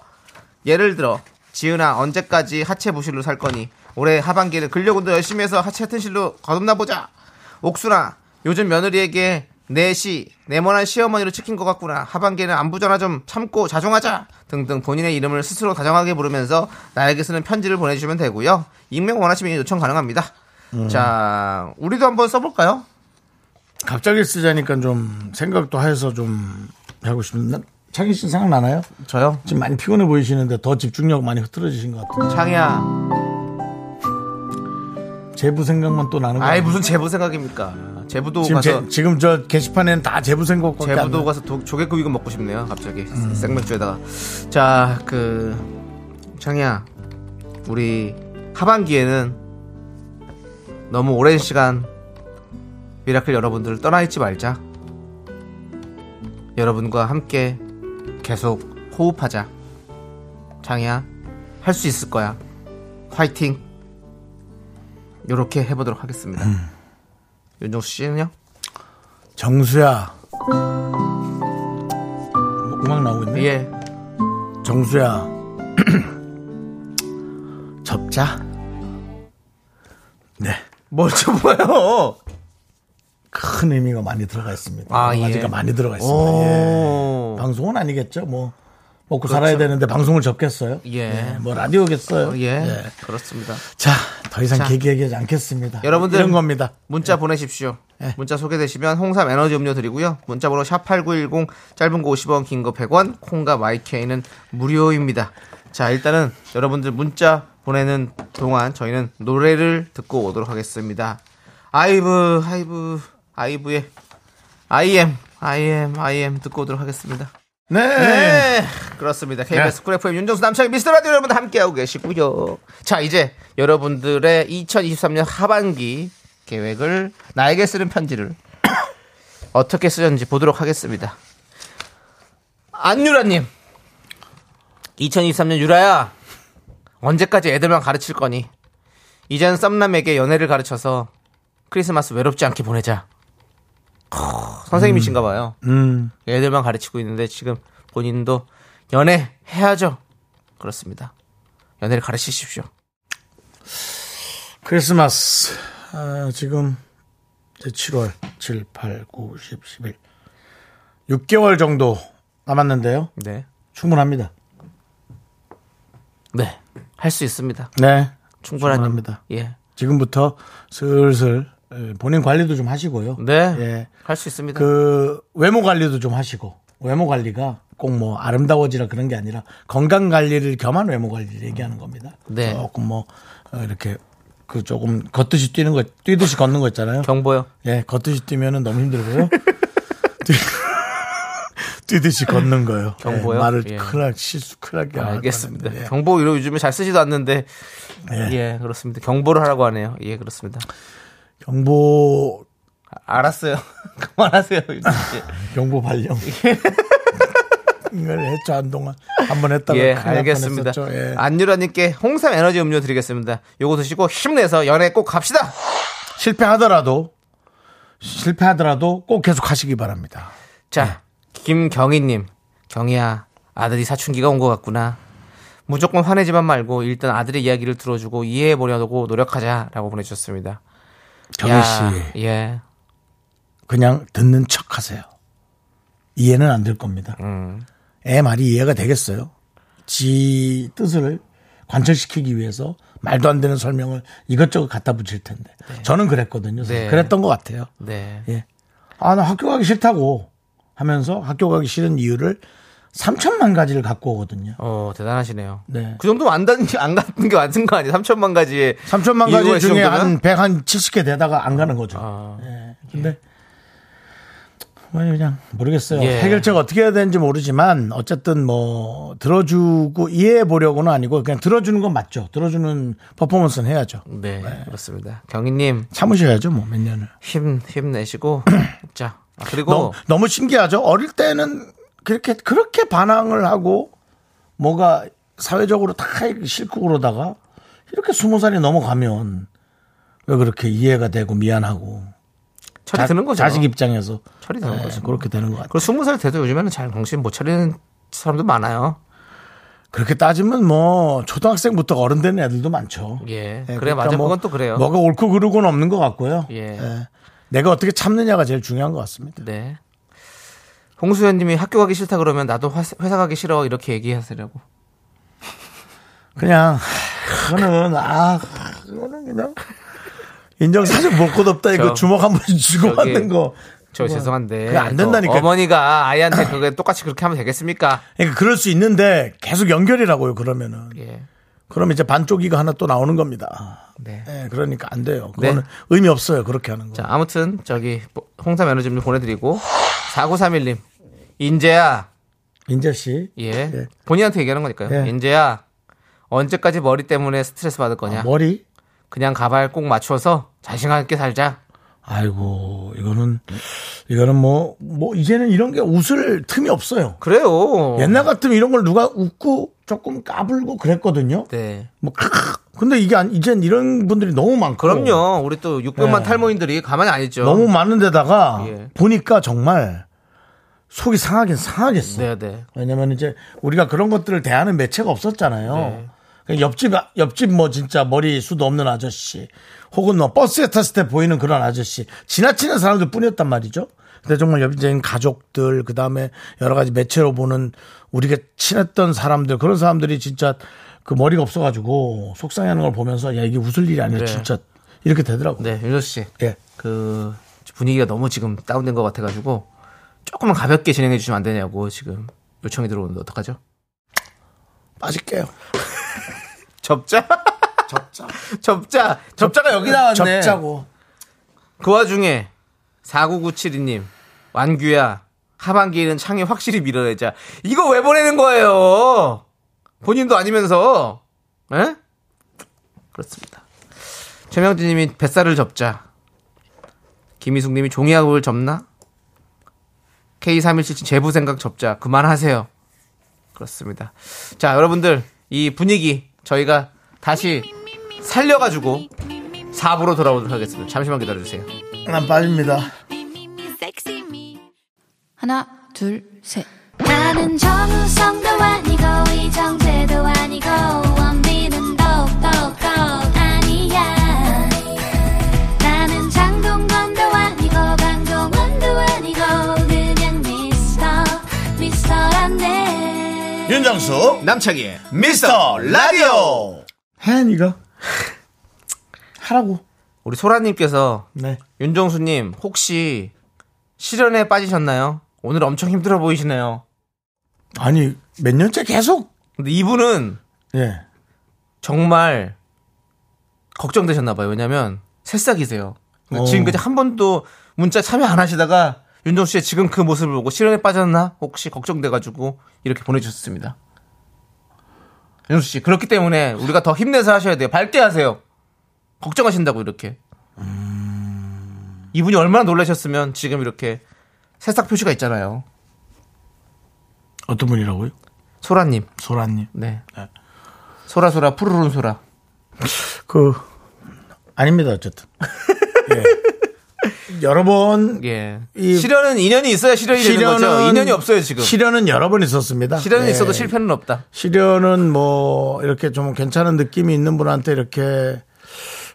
예를 들어 지은아 언제까지 하체 부실로 살 거니 올해 하반기는 근력 운동 열심히 해서 하체 튼실로 거듭나 보자 옥순아 요즘 며느리에게 내시 네모난 시어머니로 찍힌 것 같구나 하반기에는 안부전화 좀 참고 자중하자 등등 본인의 이름을 스스로 다정하게 부르면서 나에게 쓰는 편지를 보내주시면 되고요 익명 원하시면 요청 가능합니다 음. 자 우리도 한번 써볼까요? 갑자기 쓰자니까 좀 생각도 해서 좀 하고 싶은데 창희 씨 생각나나요? 저요? 지금 많이 피곤해 보이시는데 더 집중력 많이 흐트러지신 것 같아요. 창희야 제부 생각만 또 나는 아이 거예요. 무슨 제보 생각입니까 제부도 지금 가서 제- 지금 저 게시판에는 다 제부 생각밖에 안 제부도 나요. 음. 가서 도- 조개구이 이거 먹고 싶네요. 갑자기 생맥주에다가 자 그 창이야 우리 하반기에는 너무 오랜 시간 미라클 여러분들을 떠나 있지 말자. 여러분과 함께 계속 호흡하자. 창이야 할 수 있을 거야. 화이팅. 요렇게 해보도록 하겠습니다. 음. 윤정수 씨는요? 정수야. 뭐 음악 나오고 있네. 예. 정수야. 접자. 네. 뭘 쳐봐요? 큰 의미가 많이 들어가 있습니다. 아, 여러 예. 가지가 많이 들어가 있습니다. 예. 오. 방송은 아니겠죠. 뭐 먹고 살아야 되는데 방송을 접겠어요? 그렇죠. 예. 뭐 라디오겠어요? 예. 예. 그렇습니다. 자, 더 이상 자. 개기 얘기하지 않겠습니다. 여러분들 이런 겁니다. 문자 보내십시오. 예. 문자 소개되시면 홍삼 에너지 음료 드리고요. 문자 번호 샵8910 짧은 거 50원, 긴 거 100원, 콩과 마이케이는 무료입니다. 자, 일단은 여러분들 문자 보내는 동안 저희는 노래를 듣고 오도록 하겠습니다. 아이브, 아이브, 아이브의 I am, I am, I am 듣고 오도록 하겠습니다. 네. 네. 그렇습니다. KBS 쿨 FM 윤정수 남창희 미스터 라디오 여러분 함께하고 계시고요. 자, 이제 여러분들의 2023년 하반기 계획을 나에게 쓰는 편지를 어떻게 쓰셨는지 보도록 하겠습니다. 안유라님. 2023년 유라야. 언제까지 애들만 가르칠 거니? 이젠 썸남에게 연애를 가르쳐서 크리스마스 외롭지 않게 보내자. 크, 선생님이신가 봐요. 음. 애들만 가르치고 있는데 지금 본인도 연애 해야죠. 그렇습니다. 연애를 가르치십시오. 크리스마스. 아, 지금 이제 7월 7, 8, 9, 10, 11. 6개월 정도 남았는데요. 네. 충분합니다. 네. 할 수 있습니다. 네. 충분한 충분합니다. 예. 지금부터 슬슬 에, 본인 관리도 좀 하시고요. 네. 예. 할 수 있습니다. 그 외모 관리도 좀 하시고 외모 관리가 꼭 뭐 아름다워지라 그런 게 아니라 건강 관리를 겸한 외모 관리를 얘기하는 겁니다. 네. 조금 뭐 어, 이렇게 그 조금 걷듯이 뛰는 거 뛰듯이 걷는 거 있잖아요. 경보요. 예, 걷듯이 뛰면은 너무 힘들고요. 뛰- 뛰듯이 걷는 거요. 경보요? 예, 말을 예. 큰일 날- 실수 큰일 아, 날게 안 할 알겠습니다. 뻔했는데, 예. 경보 요- 요즘에 잘 쓰지도 않는데 예. 예, 그렇습니다. 경보를 하라고 하네요. 예, 그렇습니다. 경보 아, 알았어요. 그만하세요. 윤정 씨. 경보 발령. 이걸 했죠 한동안 한 번 했다가 예, 큰일 날 알겠습니다. 아, 뻔했었죠. 예. 안유라님께 홍삼 에너지 음료 드리겠습니다. 요거 드시고 힘내서 연애 꼭 갑시다. 실패하더라도 실패하더라도 꼭 계속 하시기 바랍니다. 자, 네. 김경희님. 경희야, 아들이 사춘기가 온 것 같구나. 무조건 화내지만 말고 일단 아들의 이야기를 들어주고 이해해보려고 노력하자라고 보내주셨습니다. 경희 야, 씨 예. 그냥 듣는 척 하세요. 이해는 안 될 겁니다. 음. 애 말이 이해가 되겠어요. 지 뜻을 관철시키기 위해서 말도 안 되는 설명을 이것저것 갖다 붙일 텐데 저는 그랬거든요. 네. 그랬던 것 같아요. 네. 예. 아, 나 학교 가기 싫다고 하면서 학교 가기 싫은 이유를 3천만 가지를 갖고 오거든요. 어, 대단하시네요. 네. 그 정도면 안, 닿는, 안 갔는 게 맞은 거 아니에요? 3천만 가지의. 3천만 가지 이유가 중에 있을 정도면? 한 100, 한 70개 되다가 안 가는 거죠. 아, 근데 뭐 그냥 모르겠어요. 예. 해결책 어떻게 해야 되는지 모르지만 어쨌든 뭐 들어주고 이해해 보려고는 아니고 그냥 들어주는 건 맞죠. 들어주는 퍼포먼스는 해야죠. 네, 그렇습니다. 경희님, 참으셔야죠, 뭐 몇 년을. 힘, 힘내시고. 자, 아, 그리고. 너무, 너무 신기하죠. 어릴 때는 그렇게 그렇게 반항을 하고 뭐가 사회적으로 다 싫고 그러다가 이렇게 스무 살이 넘어가면 왜 그렇게 이해가 되고 미안하고 철이 자- 드는 거죠. 자식 입장에서 철이 드는 예, 거죠. 그렇게 되는 것 같아요. 그리고 스무 살 돼도 요즘에는 잘 정신 못 차리는 사람도 많아요. 그렇게 따지면 뭐 초등학생부터 어른 되는 애들도 많죠. 예. 예, 그래, 맞아. 그건 또 그래요. 뭐가 옳고 그르고는 없는 것 같고요. 예. 예. 내가 어떻게 참느냐가 제일 중요한 것 같습니다. 네. 홍수연님이 학교 가기 싫다 그러면 나도 화- 회사 가기 싫어 이렇게 얘기하시려고. 그냥 그거는 아 그거는 그냥 인정사정 볼 것 없다 이거 저, 주먹 한 번 주고 저기, 받는 거. 저 그거- 죄송한데 그거 안 저 된다니까요. 어머니가 아이한테 그게 똑같이 그렇게 하면 되겠습니까? 그러니까 그럴 수 있는데 계속 연결이라고요 그러면은. 예. 그럼 이제 반쪽이가 하나 또 나오는 겁니다. 네. 예, 그러니까 안 돼요. 네. 그거는 의미 없어요. 그렇게 하는 거. 자, 아무튼 저기 뭐 홍삼 에너지 좀 보내드리고 4931님 인재야 인재 씨. 예. 예. 본인한테 얘기하는 거니까요. 예. 인재야 언제까지 머리 때문에 스트레스 받을 거냐? 아, 머리? 그냥 가발 꼭 맞춰서 자신감 있게 살자. 아이고, 이거는, 이거는 뭐, 뭐, 이제는 이런 게 웃을 틈이 없어요. 그래요. 옛날 같으면 이런 걸 누가 웃고 조금 까불고 그랬거든요. 네. 뭐, 크크. 근데 이게 안, 이젠 이런 분들이 너무 많고. 그럼요. 우리 또 600만 예. 탈모인들이 가만히 안 있죠. 너무 많은데다가 예. 보니까 정말 속이 상하긴 상하겠어. 네, 네. 왜냐면 이제 우리가 그런 것들을 대하는 매체가 없었잖아요. 네. 그냥 옆집 옆집 뭐 진짜 머리 수도 없는 아저씨, 혹은 뭐 버스에 탔을 때 보이는 그런 아저씨, 지나치는 사람들 뿐이었단 말이죠. 근데 정말 옆집인 가족들, 그 다음에 여러 가지 매체로 보는 우리가 친했던 사람들 그런 사람들이 진짜 그 머리가 없어가지고 속상해하는 걸 보면서 야 이게 웃을 일이 아니라 네. 진짜 이렇게 되더라고. 네, 윤조 씨. 예. 그 분위기가 너무 지금 다운된 것 같아가지고 조금만 가볍게 진행해 주시면 안 되냐고 지금 요청이 들어오는데 어떡하죠? 빠질게요. 접자? 접자. 접자. 접자가 여기 나왔네. 접자고. 그 와중에 49972님 완규야 하반기에는 창이 확실히 밀어내자. 이거 왜 보내는 거예요? 본인도 아니면서. 에? 그렇습니다. 최명진 님이 뱃살을 접자. 김희숙 님이 종이학을 접나? K3177 제부 생각 접자. 그만하세요. 그렇습니다. 자, 여러분들 이 분위기 저희가 다시 살려가지고 4부로 돌아오도록 하겠습니다. 잠시만 기다려주세요. 난 빠집니다. 하나 둘 셋. 나는 정우성도 아니고 이정재도 아니고 원빈은 더욱더 아니야 나는 장동건도 아니고 강동원도 아니고 그냥 미스터 미스터란데 윤정수 남창희의 미스터 라디오 혜연이가 하라고 우리 소라님께서 네 윤정수님 혹시 실연에 빠지셨나요? 오늘 엄청 힘들어 보이시네요. 아니 몇 년째 계속 근데 이분은 예 정말 걱정되셨나봐요. 왜냐면 새싹이세요. 어. 지금까지 한 번도 문자 참여 안 하시다가 윤정수 씨의 지금 그 모습을 보고 실연에 빠졌나 혹시 걱정돼가지고 이렇게 보내주셨습니다. 윤정수 씨 그렇기 때문에 우리가 더 힘내서 하셔야 돼요. 밝게 하세요. 걱정하신다고 이렇게. 음. 이분이 얼마나 놀라셨으면 지금 이렇게 새싹 표시가 있잖아요. 어떤 분이라고요 소라님, 소라님 네. 네. 소라 소라 푸르른 소라. 그 아닙니다 어쨌든 예. 여러 번 예. 이- 실현은 인연이 있어야 실현이 되는 거죠. 인연이 없어요 지금. 실현은 여러 번 있었습니다 실현은 예. 있어도 실패는 없다. 시련은 뭐 이렇게 좀 괜찮은 느낌이 있는 분한테 이렇게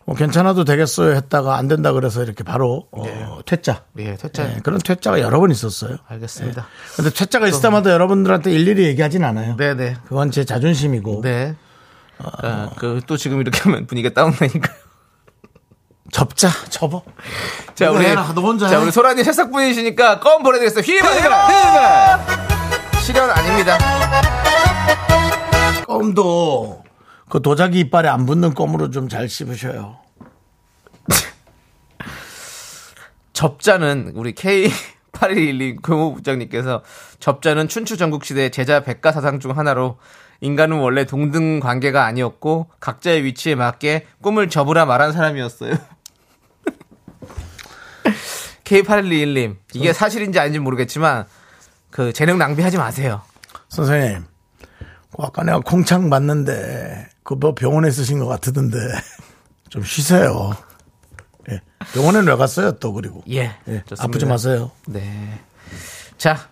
뭐 괜찮아도 되겠어요 했다가 안 된다 그래서 이렇게 바로 어, 퇴짜 예, 퇴짜. 아, 예, 그런 퇴짜가 여러 번 있었어요. 알겠습니다. 근데 퇴짜가 있을 때마다 여러분들한테 일일이 얘기하진 않아요. 네, 네, 그건 제 자존심이고 네. 아, 그또 지금 이렇게 하면 분위기가 다운되니까. 접자 접어. 자, 이거 우리 해라, 너 혼자 네, 자, 해. 우리 소라님 새싹 분이시니까 껌 보내드리겠습니다. 휘바 휘바. 실현 아닙니다. 껌도 그 도자기 이빨에 안 붙는 껌으로 좀 잘 씹으셔요. 접자는 우리 K 8112 교무부장님께서 접자는 춘추 전국시대 제자 백과사상 중 하나로 인간은 원래 동등 관계가 아니었고 각자의 위치에 맞게 꿈을 접으라 말한 사람이었어요. K8121님, 이게 사실인지 아닌지 모르겠지만 그 재능 낭비하지 마세요. 선생님, 그 아까 내가 그뭐 콩창 봤는데 그뭐 병원에 쓰신 것 같던데 좀 쉬세요. 예. 병원에 왜 갔어요? 또 그리고 예. 예, 좋습니다. 아프지 마세요. 네. 자,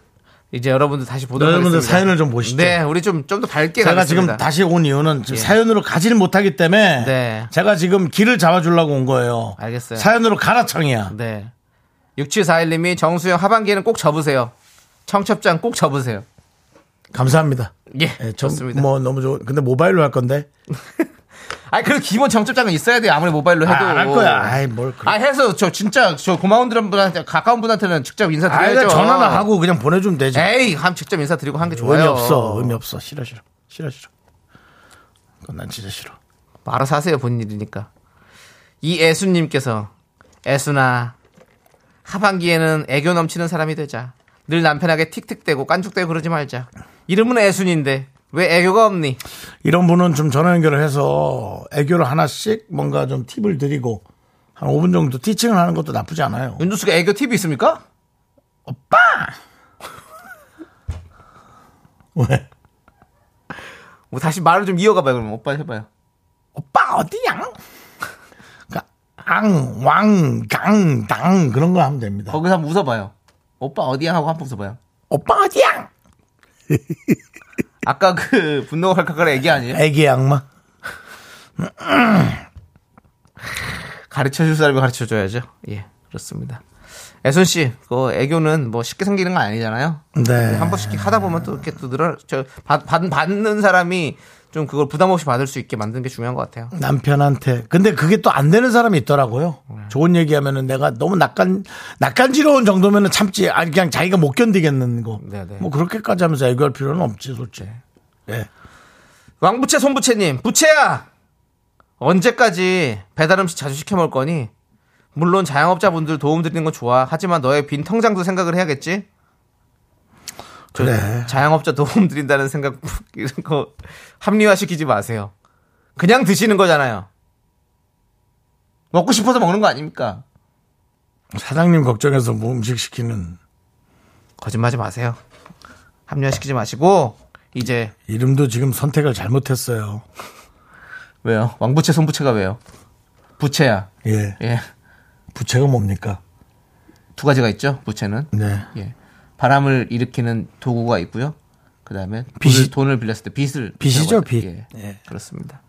이제 여러분들 다시 보도록 여러분들 하겠습니다. 사연을 좀 보시죠. 네, 우리 좀 좀 더 밝게 제가 가겠습니다. 지금 다시 온 이유는 지금 예. 사연으로 가지를 못하기 때문에 네. 제가 지금 길을 잡아주려고 온 거예요. 알겠어요. 사연으로 가라 청이야. 네. 6741님이 정수영 하반기에는 꼭 접으세요. 청첩장 꼭 접으세요. 감사합니다. 예, 예, 저, 좋습니다. 뭐 너무 좋은. 근데 모바일로 할 건데. 아, 그래도 기본 정첩장은 있어야 돼요. 아무리 모바일로 해도. 아, 할 거야. 아이 뭘 그래. 아, 해서 저 진짜 저 고마운 분한테 가까운 분한테는 직접 아, 그 인사드려야죠. 전화나 하고 그냥 보내주면 되지. 에이, 한 직접 인사드리고 한 게 좋아요. 의미 없어. 의미 없어. 싫어 싫어. 싫어 싫어. 그건 난 진짜 싫어. 뭐 알아서 하세요 본 일이니까 이 애수님께서 애수나 하반기에는 애교 넘치는 사람이 되자 늘 남편에게 틱틱대고 깐죽대고 그러지 말자 이름은 애순인데 왜 애교가 없니 이런 분은 좀 전화 연결을 해서 애교를 하나씩 뭔가 좀 팁을 드리고 한 5분 정도 티칭을 하는 것도 나쁘지 않아요. 윤두수가 애교 팁이 있습니까? 왜? 뭐 다시 말을 좀 이어가봐요 그럼 오빠 해봐요 오빠 어디야? 그러니까 앙, 왕, 강, 당 그런 거 하면 됩니다. 거기서 한번 웃어봐요 오빠 어디야 하고 한번 웃어봐요 오빠 어디야? 아까 그 분노가 칼칼칼 애기 아니에요? 애기 악마. 가르쳐줄 사람이 가르쳐줘야죠 예 그렇습니다 애순씨 그 애교는 뭐 쉽게 생기는 건 아니잖아요 네. 한 번씩 하다 보면 또 이렇게 또 늘어 저 받, 받, 받는 사람이 좀 그걸 부담 없이 받을 수 있게 만드는 게 중요한 것 같아요. 남편한테. 근데 그게 또 안 되는 사람이 있더라고요. 네. 좋은 얘기하면은 내가 너무 낯간 낯간지러운 정도면은 참지. 아니 그냥 자기가 못 견디겠는 거. 네네. 네. 뭐 그렇게까지 하면서 애교할 필요는 없지 솔직히. 예. 왕부채 손부채님 부채야 언제까지 배달 음식 자주 시켜 먹을 거니? 물론 자영업자분들 도움 드리는 건 좋아. 하지만 너의 빈 통장도 생각을 해야겠지. 저 그래. 자영업자 도움 드린다는 생각 이런 거 합리화시키지 마세요. 그냥 드시는 거잖아요. 먹고 싶어서 먹는 거 아닙니까? 사장님 걱정해서 뭐 음식 시키는 거짓말하지 마세요. 합리화시키지 마시고 이제 이름도 지금 선택을 잘못했어요. 왜요? 왕부채 손부채가 왜요? 부채야. 예. 예. 부채가 뭡니까? 두 가지가 있죠. 부채는 네. 예. 바람을 일으키는 도구가 있고요. 그다음에 빚이- 빚 돈을 빌렸을 때 빚을 빚이죠, 부채라고 빚. 하죠. 예. 예. 그렇습니다.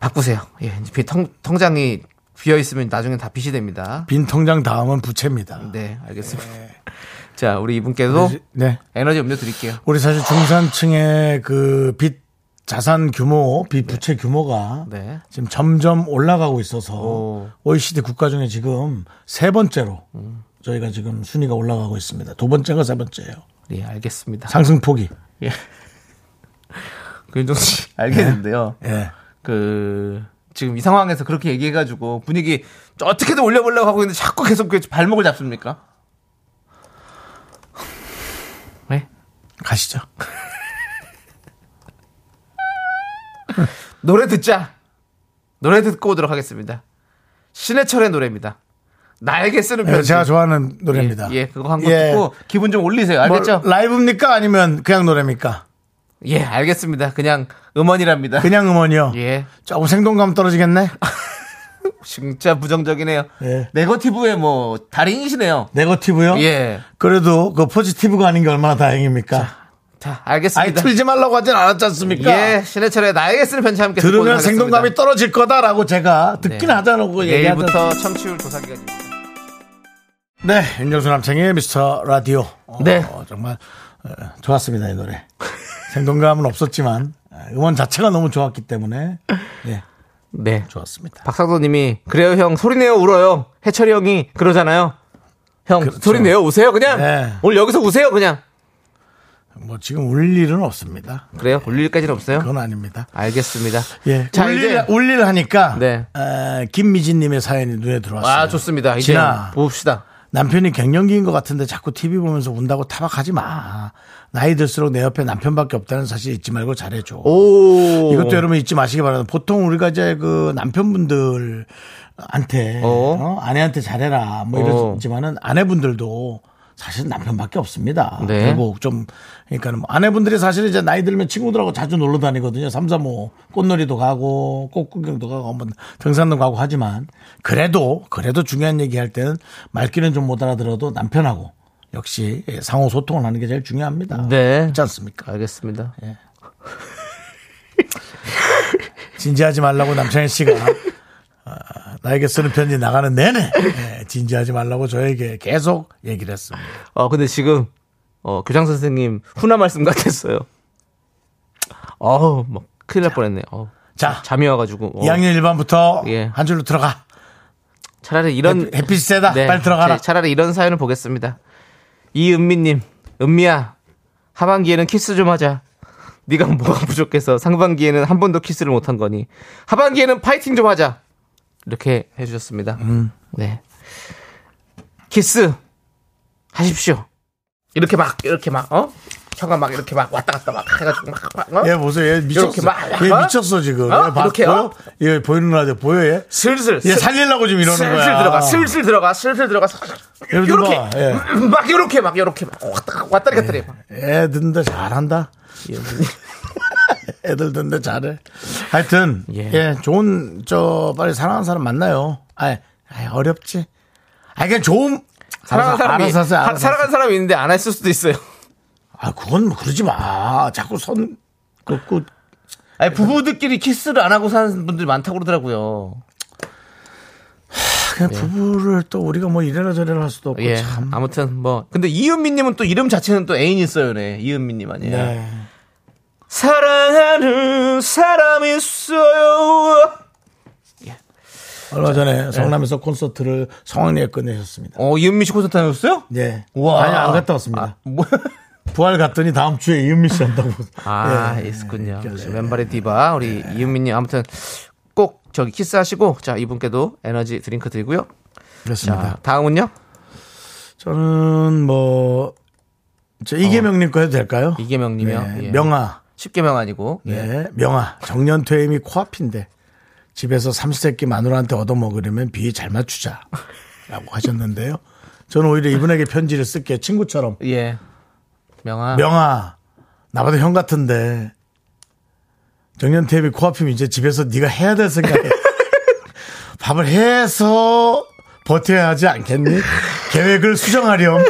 바꾸세요. 예. 이제 빚 통, 통장이 비어 있으면 나중에 다 빚이 됩니다. 빈 통장 다음은 부채입니다. 네, 알겠습니다. 자, 우리 이분께도 네. 에너지 음료 드릴게요. 우리 사실 중산층의 그 빚 자산 규모, 빚 부채 규모가 네. 지금 점점 올라가고 있어서 오. OECD 국가 중에 지금 세 번째로 음. 저희가 지금 순위가 올라가고 있습니다. 두 번째가 세 번째예요. 예, 알겠습니다. 상승폭이. 예. 그윤정 씨 알겠는데요. 예. 그 지금 이 상황에서 그렇게 얘기해가지고 분위기 어떻게든 올려보려고 하고 있는데 자꾸 계속 그 발목을 잡습니까? 왜? 가시죠. 노래 듣자. 노래 듣고 오도록 하겠습니다. 신해철의 노래입니다. 나에게 쓰는 예, 편지. 제가 좋아하는 노래입니다. 예, 그거 한 곡 예. 듣고 기분 좀 올리세요. 알겠죠? 뭐 라이브입니까? 아니면 그냥 노래입니까? 예, 알겠습니다. 그냥 음원이랍니다. 그냥 음원이요. 예, 조금 생동감 떨어지겠네. 진짜 부정적이네요. 예. 어? 네거티브의 뭐 달인이시네요. 네거티브요. 예. 그래도 그 포지티브가 아닌 게 얼마나 다행입니까? 자, 아니 알겠습니다. 틀지 말라고 하진 않았지 않습니까? 예, 신해철의 나에게 쓰는 편지 함께 듣고 들으면 오도록 하겠습니다. 생동감이 떨어질 거다라고 제가 듣긴 네. 하자고 얘기하던 내일부터 청취율 조사기가 지 네, 윤정수 남창의 미스터 라디오. 어, 네. 정말 어, 좋았습니다 이 노래. 생동감은 없었지만 어, 음원 자체가 너무 좋았기 때문에 예, 네. 좋았습니다. 박상도님이 그래요 형 소리 내요 울어요. 해철이 형이 그러잖아요. 형 그렇죠. 소리 내요 우세요 그냥 네. 오늘 여기서 우세요 그냥 뭐 지금 울 일은 없습니다. 그래요 울릴 일까지는 없어요. 그건 아닙니다. 알겠습니다. 예, 자 울릴 이제 울릴 하니까 네. 어, 김미진님의 사연이 눈에 들어왔어요. 아 좋습니다. 이제 진아. 봅시다. 남편이 갱년기인 것 같은데 자꾸 TV 보면서 운다고 타박하지 마. 나이 들수록 내 옆에 남편밖에 없다는 사실 잊지 말고 잘해줘. 오 이것도 여러분 잊지 마시기 바랍니다. 보통 우리가 이제 그 남편분들한테 어. 어? 아내한테 잘해라 뭐 어. 이러지만은 아내분들도 사실 남편밖에 없습니다. 네. 결국 좀 그러니까는 뭐 아내분들이 사실 이제 나이 들면 친구들하고 자주 놀러 다니거든요. 삼삼오 꽃놀이도 가고 꽃구경도 가고 한번 등산도 가고 하지만 그래도 그래도 중요한 얘기할 때는 말귀는 좀 못 알아들어도 남편하고 역시 예, 상호 소통을 하는 게 제일 중요합니다. 네. 그렇지 않습니까? 알겠습니다. 진지하지 말라고 남창희 씨가 어, 나에게 쓰는 편지 나가는 내내 예, 진지하지 말라고 저에게 계속 얘기를 했습니다. 어, 근데 지금, 어, 교장 선생님 훈화 말씀 같았어요. 어우, 막, 큰일 날 뻔했네. 어, 자, 잠이 와가지고. 어, 2학년 1반부터 예. 한 줄로 들어가. 차라리 이런. 햇- 햇빛이 세다. 아, 네, 빨리 들어가라. 차- 차라리 이런 사연을 보겠습니다. 이은미님, 은미야, 하반기에는 키스 좀 하자. 네가 뭐가 부족해서 상반기에는 한 번도 키스를 못한 거니 하반기에는 파이팅 좀 하자. 이렇게 해주셨습니다. 음. 네, 키스 하십시오. 이렇게 막 이렇게 막 어? 혀가 막 이렇게 막 왔다 갔다 막 해가지고 막, 막 어? 얘 보세요. 얘 미쳤어. 이렇게 막, 얘 어? 미쳤어 지금. 어? 얘 봤고. 이렇게, 어? 얘 보이는 라디오 보여 얘. 슬슬 얘 슬- 예, 살리려고 지금 이러는 슬슬 거야. 들어가 슬슬 들어가 슬슬 들어가 예를 예. 들어 봐, 이렇게 막 이렇게 막 이렇게 막 왔다 왔다 갔다 해. 애 듣는데 잘한다. 애들 듣는데 잘해. 하여튼 예, 예. 좋은 저 빨리 사랑하는 사람 만나요. 아, 아 어렵지. 아, 그냥 좋은 사랑한 사람이 알아서 하세요. 알아서 하세요. 사랑한 사람이 있는데 안 했을 수도 있어요. 아, 그건 뭐 그러지 마. 자꾸 선 긋고 아니 부부들끼리 키스를 안 하고 사는 분들이 많다고 그러더라고요. 그냥 부부를 또 우리가 뭐 이래라 저래라 할 수도 없고 예. 참. 아무튼 뭐 근데 이은미님은 또 이름 자체는 또 애인 있어요, 네. 이은미님 아니에요. 네. 사랑하는 사람 있어요. 얼마 전에 성남에서 콘서트를 성황리에 끝내셨습니다. 어 이은미 씨 콘서트 다녔어요? 예. 우와. 아니 안 갔다 왔습니다. 뭐? 부활 갔더니 다음 주에 이은미 씨 한다고. 아 예. 있었군요. 역시 왼발의 디바 우리 이은미님 아무튼 꼭 저기 키스하시고 자 이분께도 에너지 드링크 드리고요. 그렇습니다. 자 다음은요 저는 뭐, 저 이계명님 거 해도 될까요? 이계명님이요. 네, 예. 명아. 쉽게 명 아니고 예. 명아. 정년퇴임이 코앞인데 집에서 삼시세끼 마누라한테 얻어먹으려면 비위 잘 맞추자. 라고 하셨는데요. 저는 오히려 이분에게 편지를 쓸게요. 친구처럼. 예 명아 명아. 나보다 형 같은데 정년퇴임이 코앞이면 이제 집에서 네가 해야 될 생각에 밥을 해서 버텨야 하지 않겠니? 계획을 수정하렴.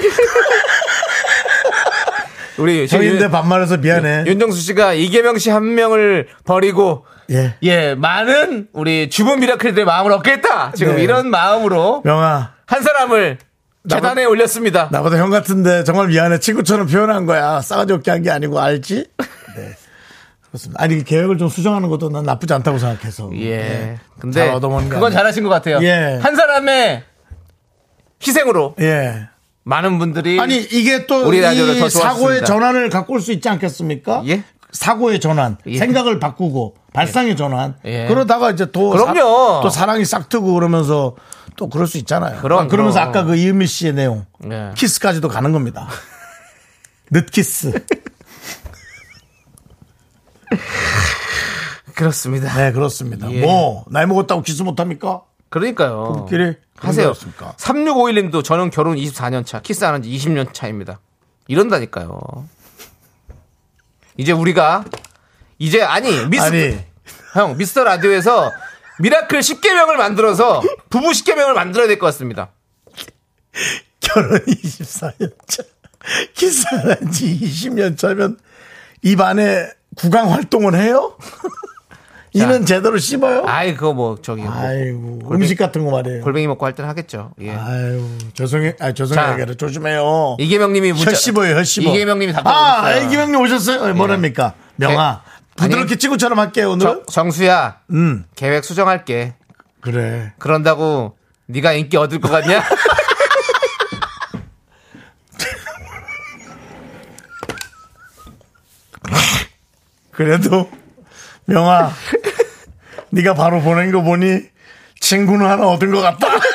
우리 지금 형인데 반말해서 미안해. 윤정수 씨가 이계명 씨 한 명을 버리고 예. 예 많은 우리 주부 미라클들의 마음을 얻겠다 지금 네. 이런 마음으로 명아, 한 사람을 재단에 올렸습니다. 나보다 형 같은데 정말 미안해. 친구처럼 표현한 거야. 싸가지 없게 한 게 아니고 알지? 네. 그렇습니다. 아니 계획을 좀 수정하는 것도 난 나쁘지 않다고 생각해서. 네. 예. 잘 근데 얻어먹는 거 그건 아니에요? 잘하신 것 같아요. 예. 한 사람의 희생으로 예. 예. 많은 분들이 아니 이게 또 우리 이 라디오를 더 좋아하셨습니다. 사고의 전환을 갖고 올 수 있지 않겠습니까? 예? 사고의 전환, 예. 생각을 바꾸고 발상의 전환. 예. 그러다가 이제 또 그럼요. 사, 또 사랑이 싹 트고 그러면서 또 그럴 수 있잖아요. 그럼, 아, 그러면서 그럼. 아까 그 이은미 씨의 내용 예. 키스까지도 가는 겁니다. 늦키스. 그렇습니다. 네 그렇습니다. 예. 뭐 나이 먹었다고 키스 못합니까? 그러니까요. 부부끼리 하세요. 그렇습니까? 3651님도 저는 결혼 24년 차, 키스 안 한 지 20년 차입니다. 이런다니까요. 이제 우리가 이제 아니 미스 그- 아니 형 미스터 라디오에서 미라클 10개명을 만들어서 부부 10개명을 만들어야 될 것 같습니다. 결혼 24년 차 키스한 지 20년 차면 입 안에 구강 활동을 해요? 이는 제대로 씹어요? 아이 그거 뭐 저기 뭐 아이고 음식 같은 거 말이에요. 골뱅이 먹고 할 때는 하겠죠. 예. 아이고 죄송해, 아 죄송해요. 자. 조심해요. 이계명님이 문자 혈씹어요, 혈씹어. 이계명님이 답변 아, 주셨어요. 예. 네. 이계명님 오셨어요. 어, 뭐랍니까, 명아. 부드럽게 아니. 친구처럼 할게요 오늘. 정, 은 정수야 음, 계획 수정할게. 그래. 그런다고 네가 인기 얻을 것 같냐? 그래도 명아 네가 바로 보낸 거 보니 친구는 하나 얻은 것 같다.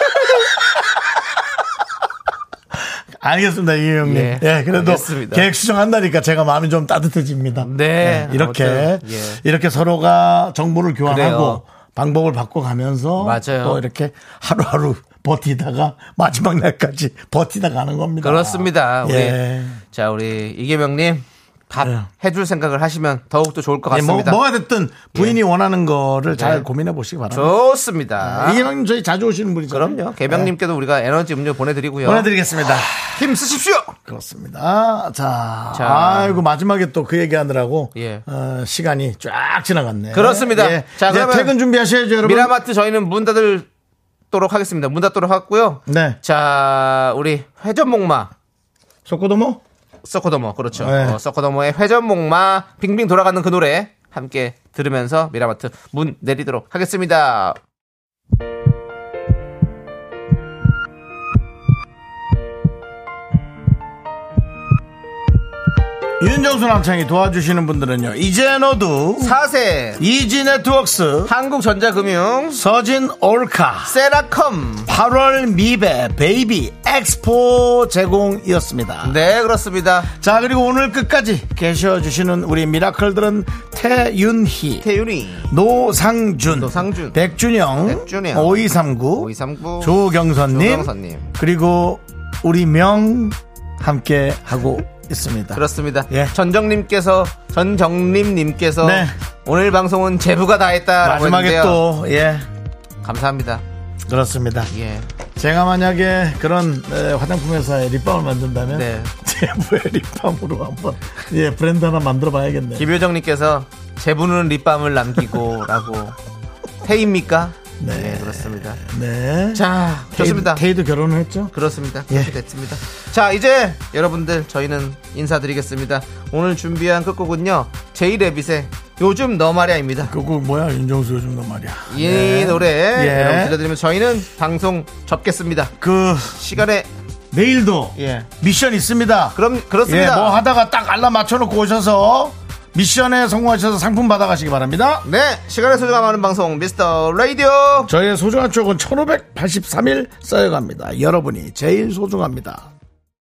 알겠습니다 이 형님. 예, 예, 그래도 알겠습니다. 계획 수정한다니까 제가 마음이 좀 따뜻해집니다. 네, 이렇게 아무튼, 예. 이렇게 서로가 정보를 교환하고 그래요. 방법을 바꿔가면서 맞아요. 또 이렇게 하루하루 버티다가 마지막 날까지 버티다 가는 겁니다. 그렇습니다. 우리 예. 자 우리 이계명님 밥 예. 해줄 생각을 하시면 더욱 더 좋을 것 예, 뭐, 같습니다. 예. 뭐가 됐든 부인이 원하는 거를 네. 잘 고민해 보시기 바랍니다. 좋습니다. 아, 이기랑님 저희 자주 오시는 분이잖아요. 그럼요. 개명님께도 우리가 에너지 음료 보내드리고요. 예. 보내드리겠습니다. 힘 쓰십시오. 그렇습니다. 자, 자. 아이고 마지막에 또 그 얘기하느라고 예. 어, 시간이 쫙 지나갔네. 그렇습니다. 자, 자, 그러면 퇴근 준비하셔야죠, 여러분. 미라마트 저희는 문 닫도록 하겠습니다. 문 닫도록 하고요. 네. 자 우리 회전목마 속고도모 서커더머 그렇죠. 네. 어, 서커더머의 회전목마 빙빙 돌아가는 그 노래 함께 들으면서 미라마트 문 내리도록 하겠습니다. 윤정수 남창이 도와주시는 분들은요. 이제 너도 4세 이지 네트웍스 한국전자금융 서진 올카 세라컴 8월 미베 베이비 엑스포 제공이었습니다. 네 그렇습니다. 자 그리고 오늘 끝까지 계셔주시는 우리 미라클들은 태윤희 태윤이 노상준, 노상준, 백준영, 백준영, 5239, 5239, 조경선님, 조경선님. 그리고 우리 명 함께 하고 있습니다. 그렇습니다. 예. 전정님께서 전정림님께서 네. 오늘 방송은 제부가 다했다라고 마지막에 했는데요. 또 예 감사합니다. 그렇습니다. 예. 제가 만약에 그런 에, 화장품 회사에 립밤을 만든다면 네. 제부의 립밤으로 한번 예 브랜드 하나 만들어봐야겠네요. 김효정님께서 제부는 립밤을 남기고라고 태입니까? 네. 그렇습니다. 네. 자 좋습니다. 테이, 도 결혼을 했죠? 그렇습니다. 예. 그렇게 됐습니다. 자, 이제 여러분들 저희는 인사드리겠습니다. 오늘 준비한 끝곡은요. 제이레빗의 요즘 너 말야입니다. 그거 뭐야 윤정수 요즘 너 말이야. 예, 네. 이 노래 여러분 들려드리면 저희는 방송 접겠습니다. 예. 그 시간에 내일도 예. 미션 있습니다. 그럼 예, 그렇습니다. 뭐 하다가 딱 알람 맞춰놓고 오셔서 미션에 성공하셔서 상품 받아가시기 바랍니다. 네, 시간의 소중함 하는 방송 미스터 라디오. 저희의 소중한 추억은 1583일 쌓여갑니다. 여러분이 제일 소중합니다.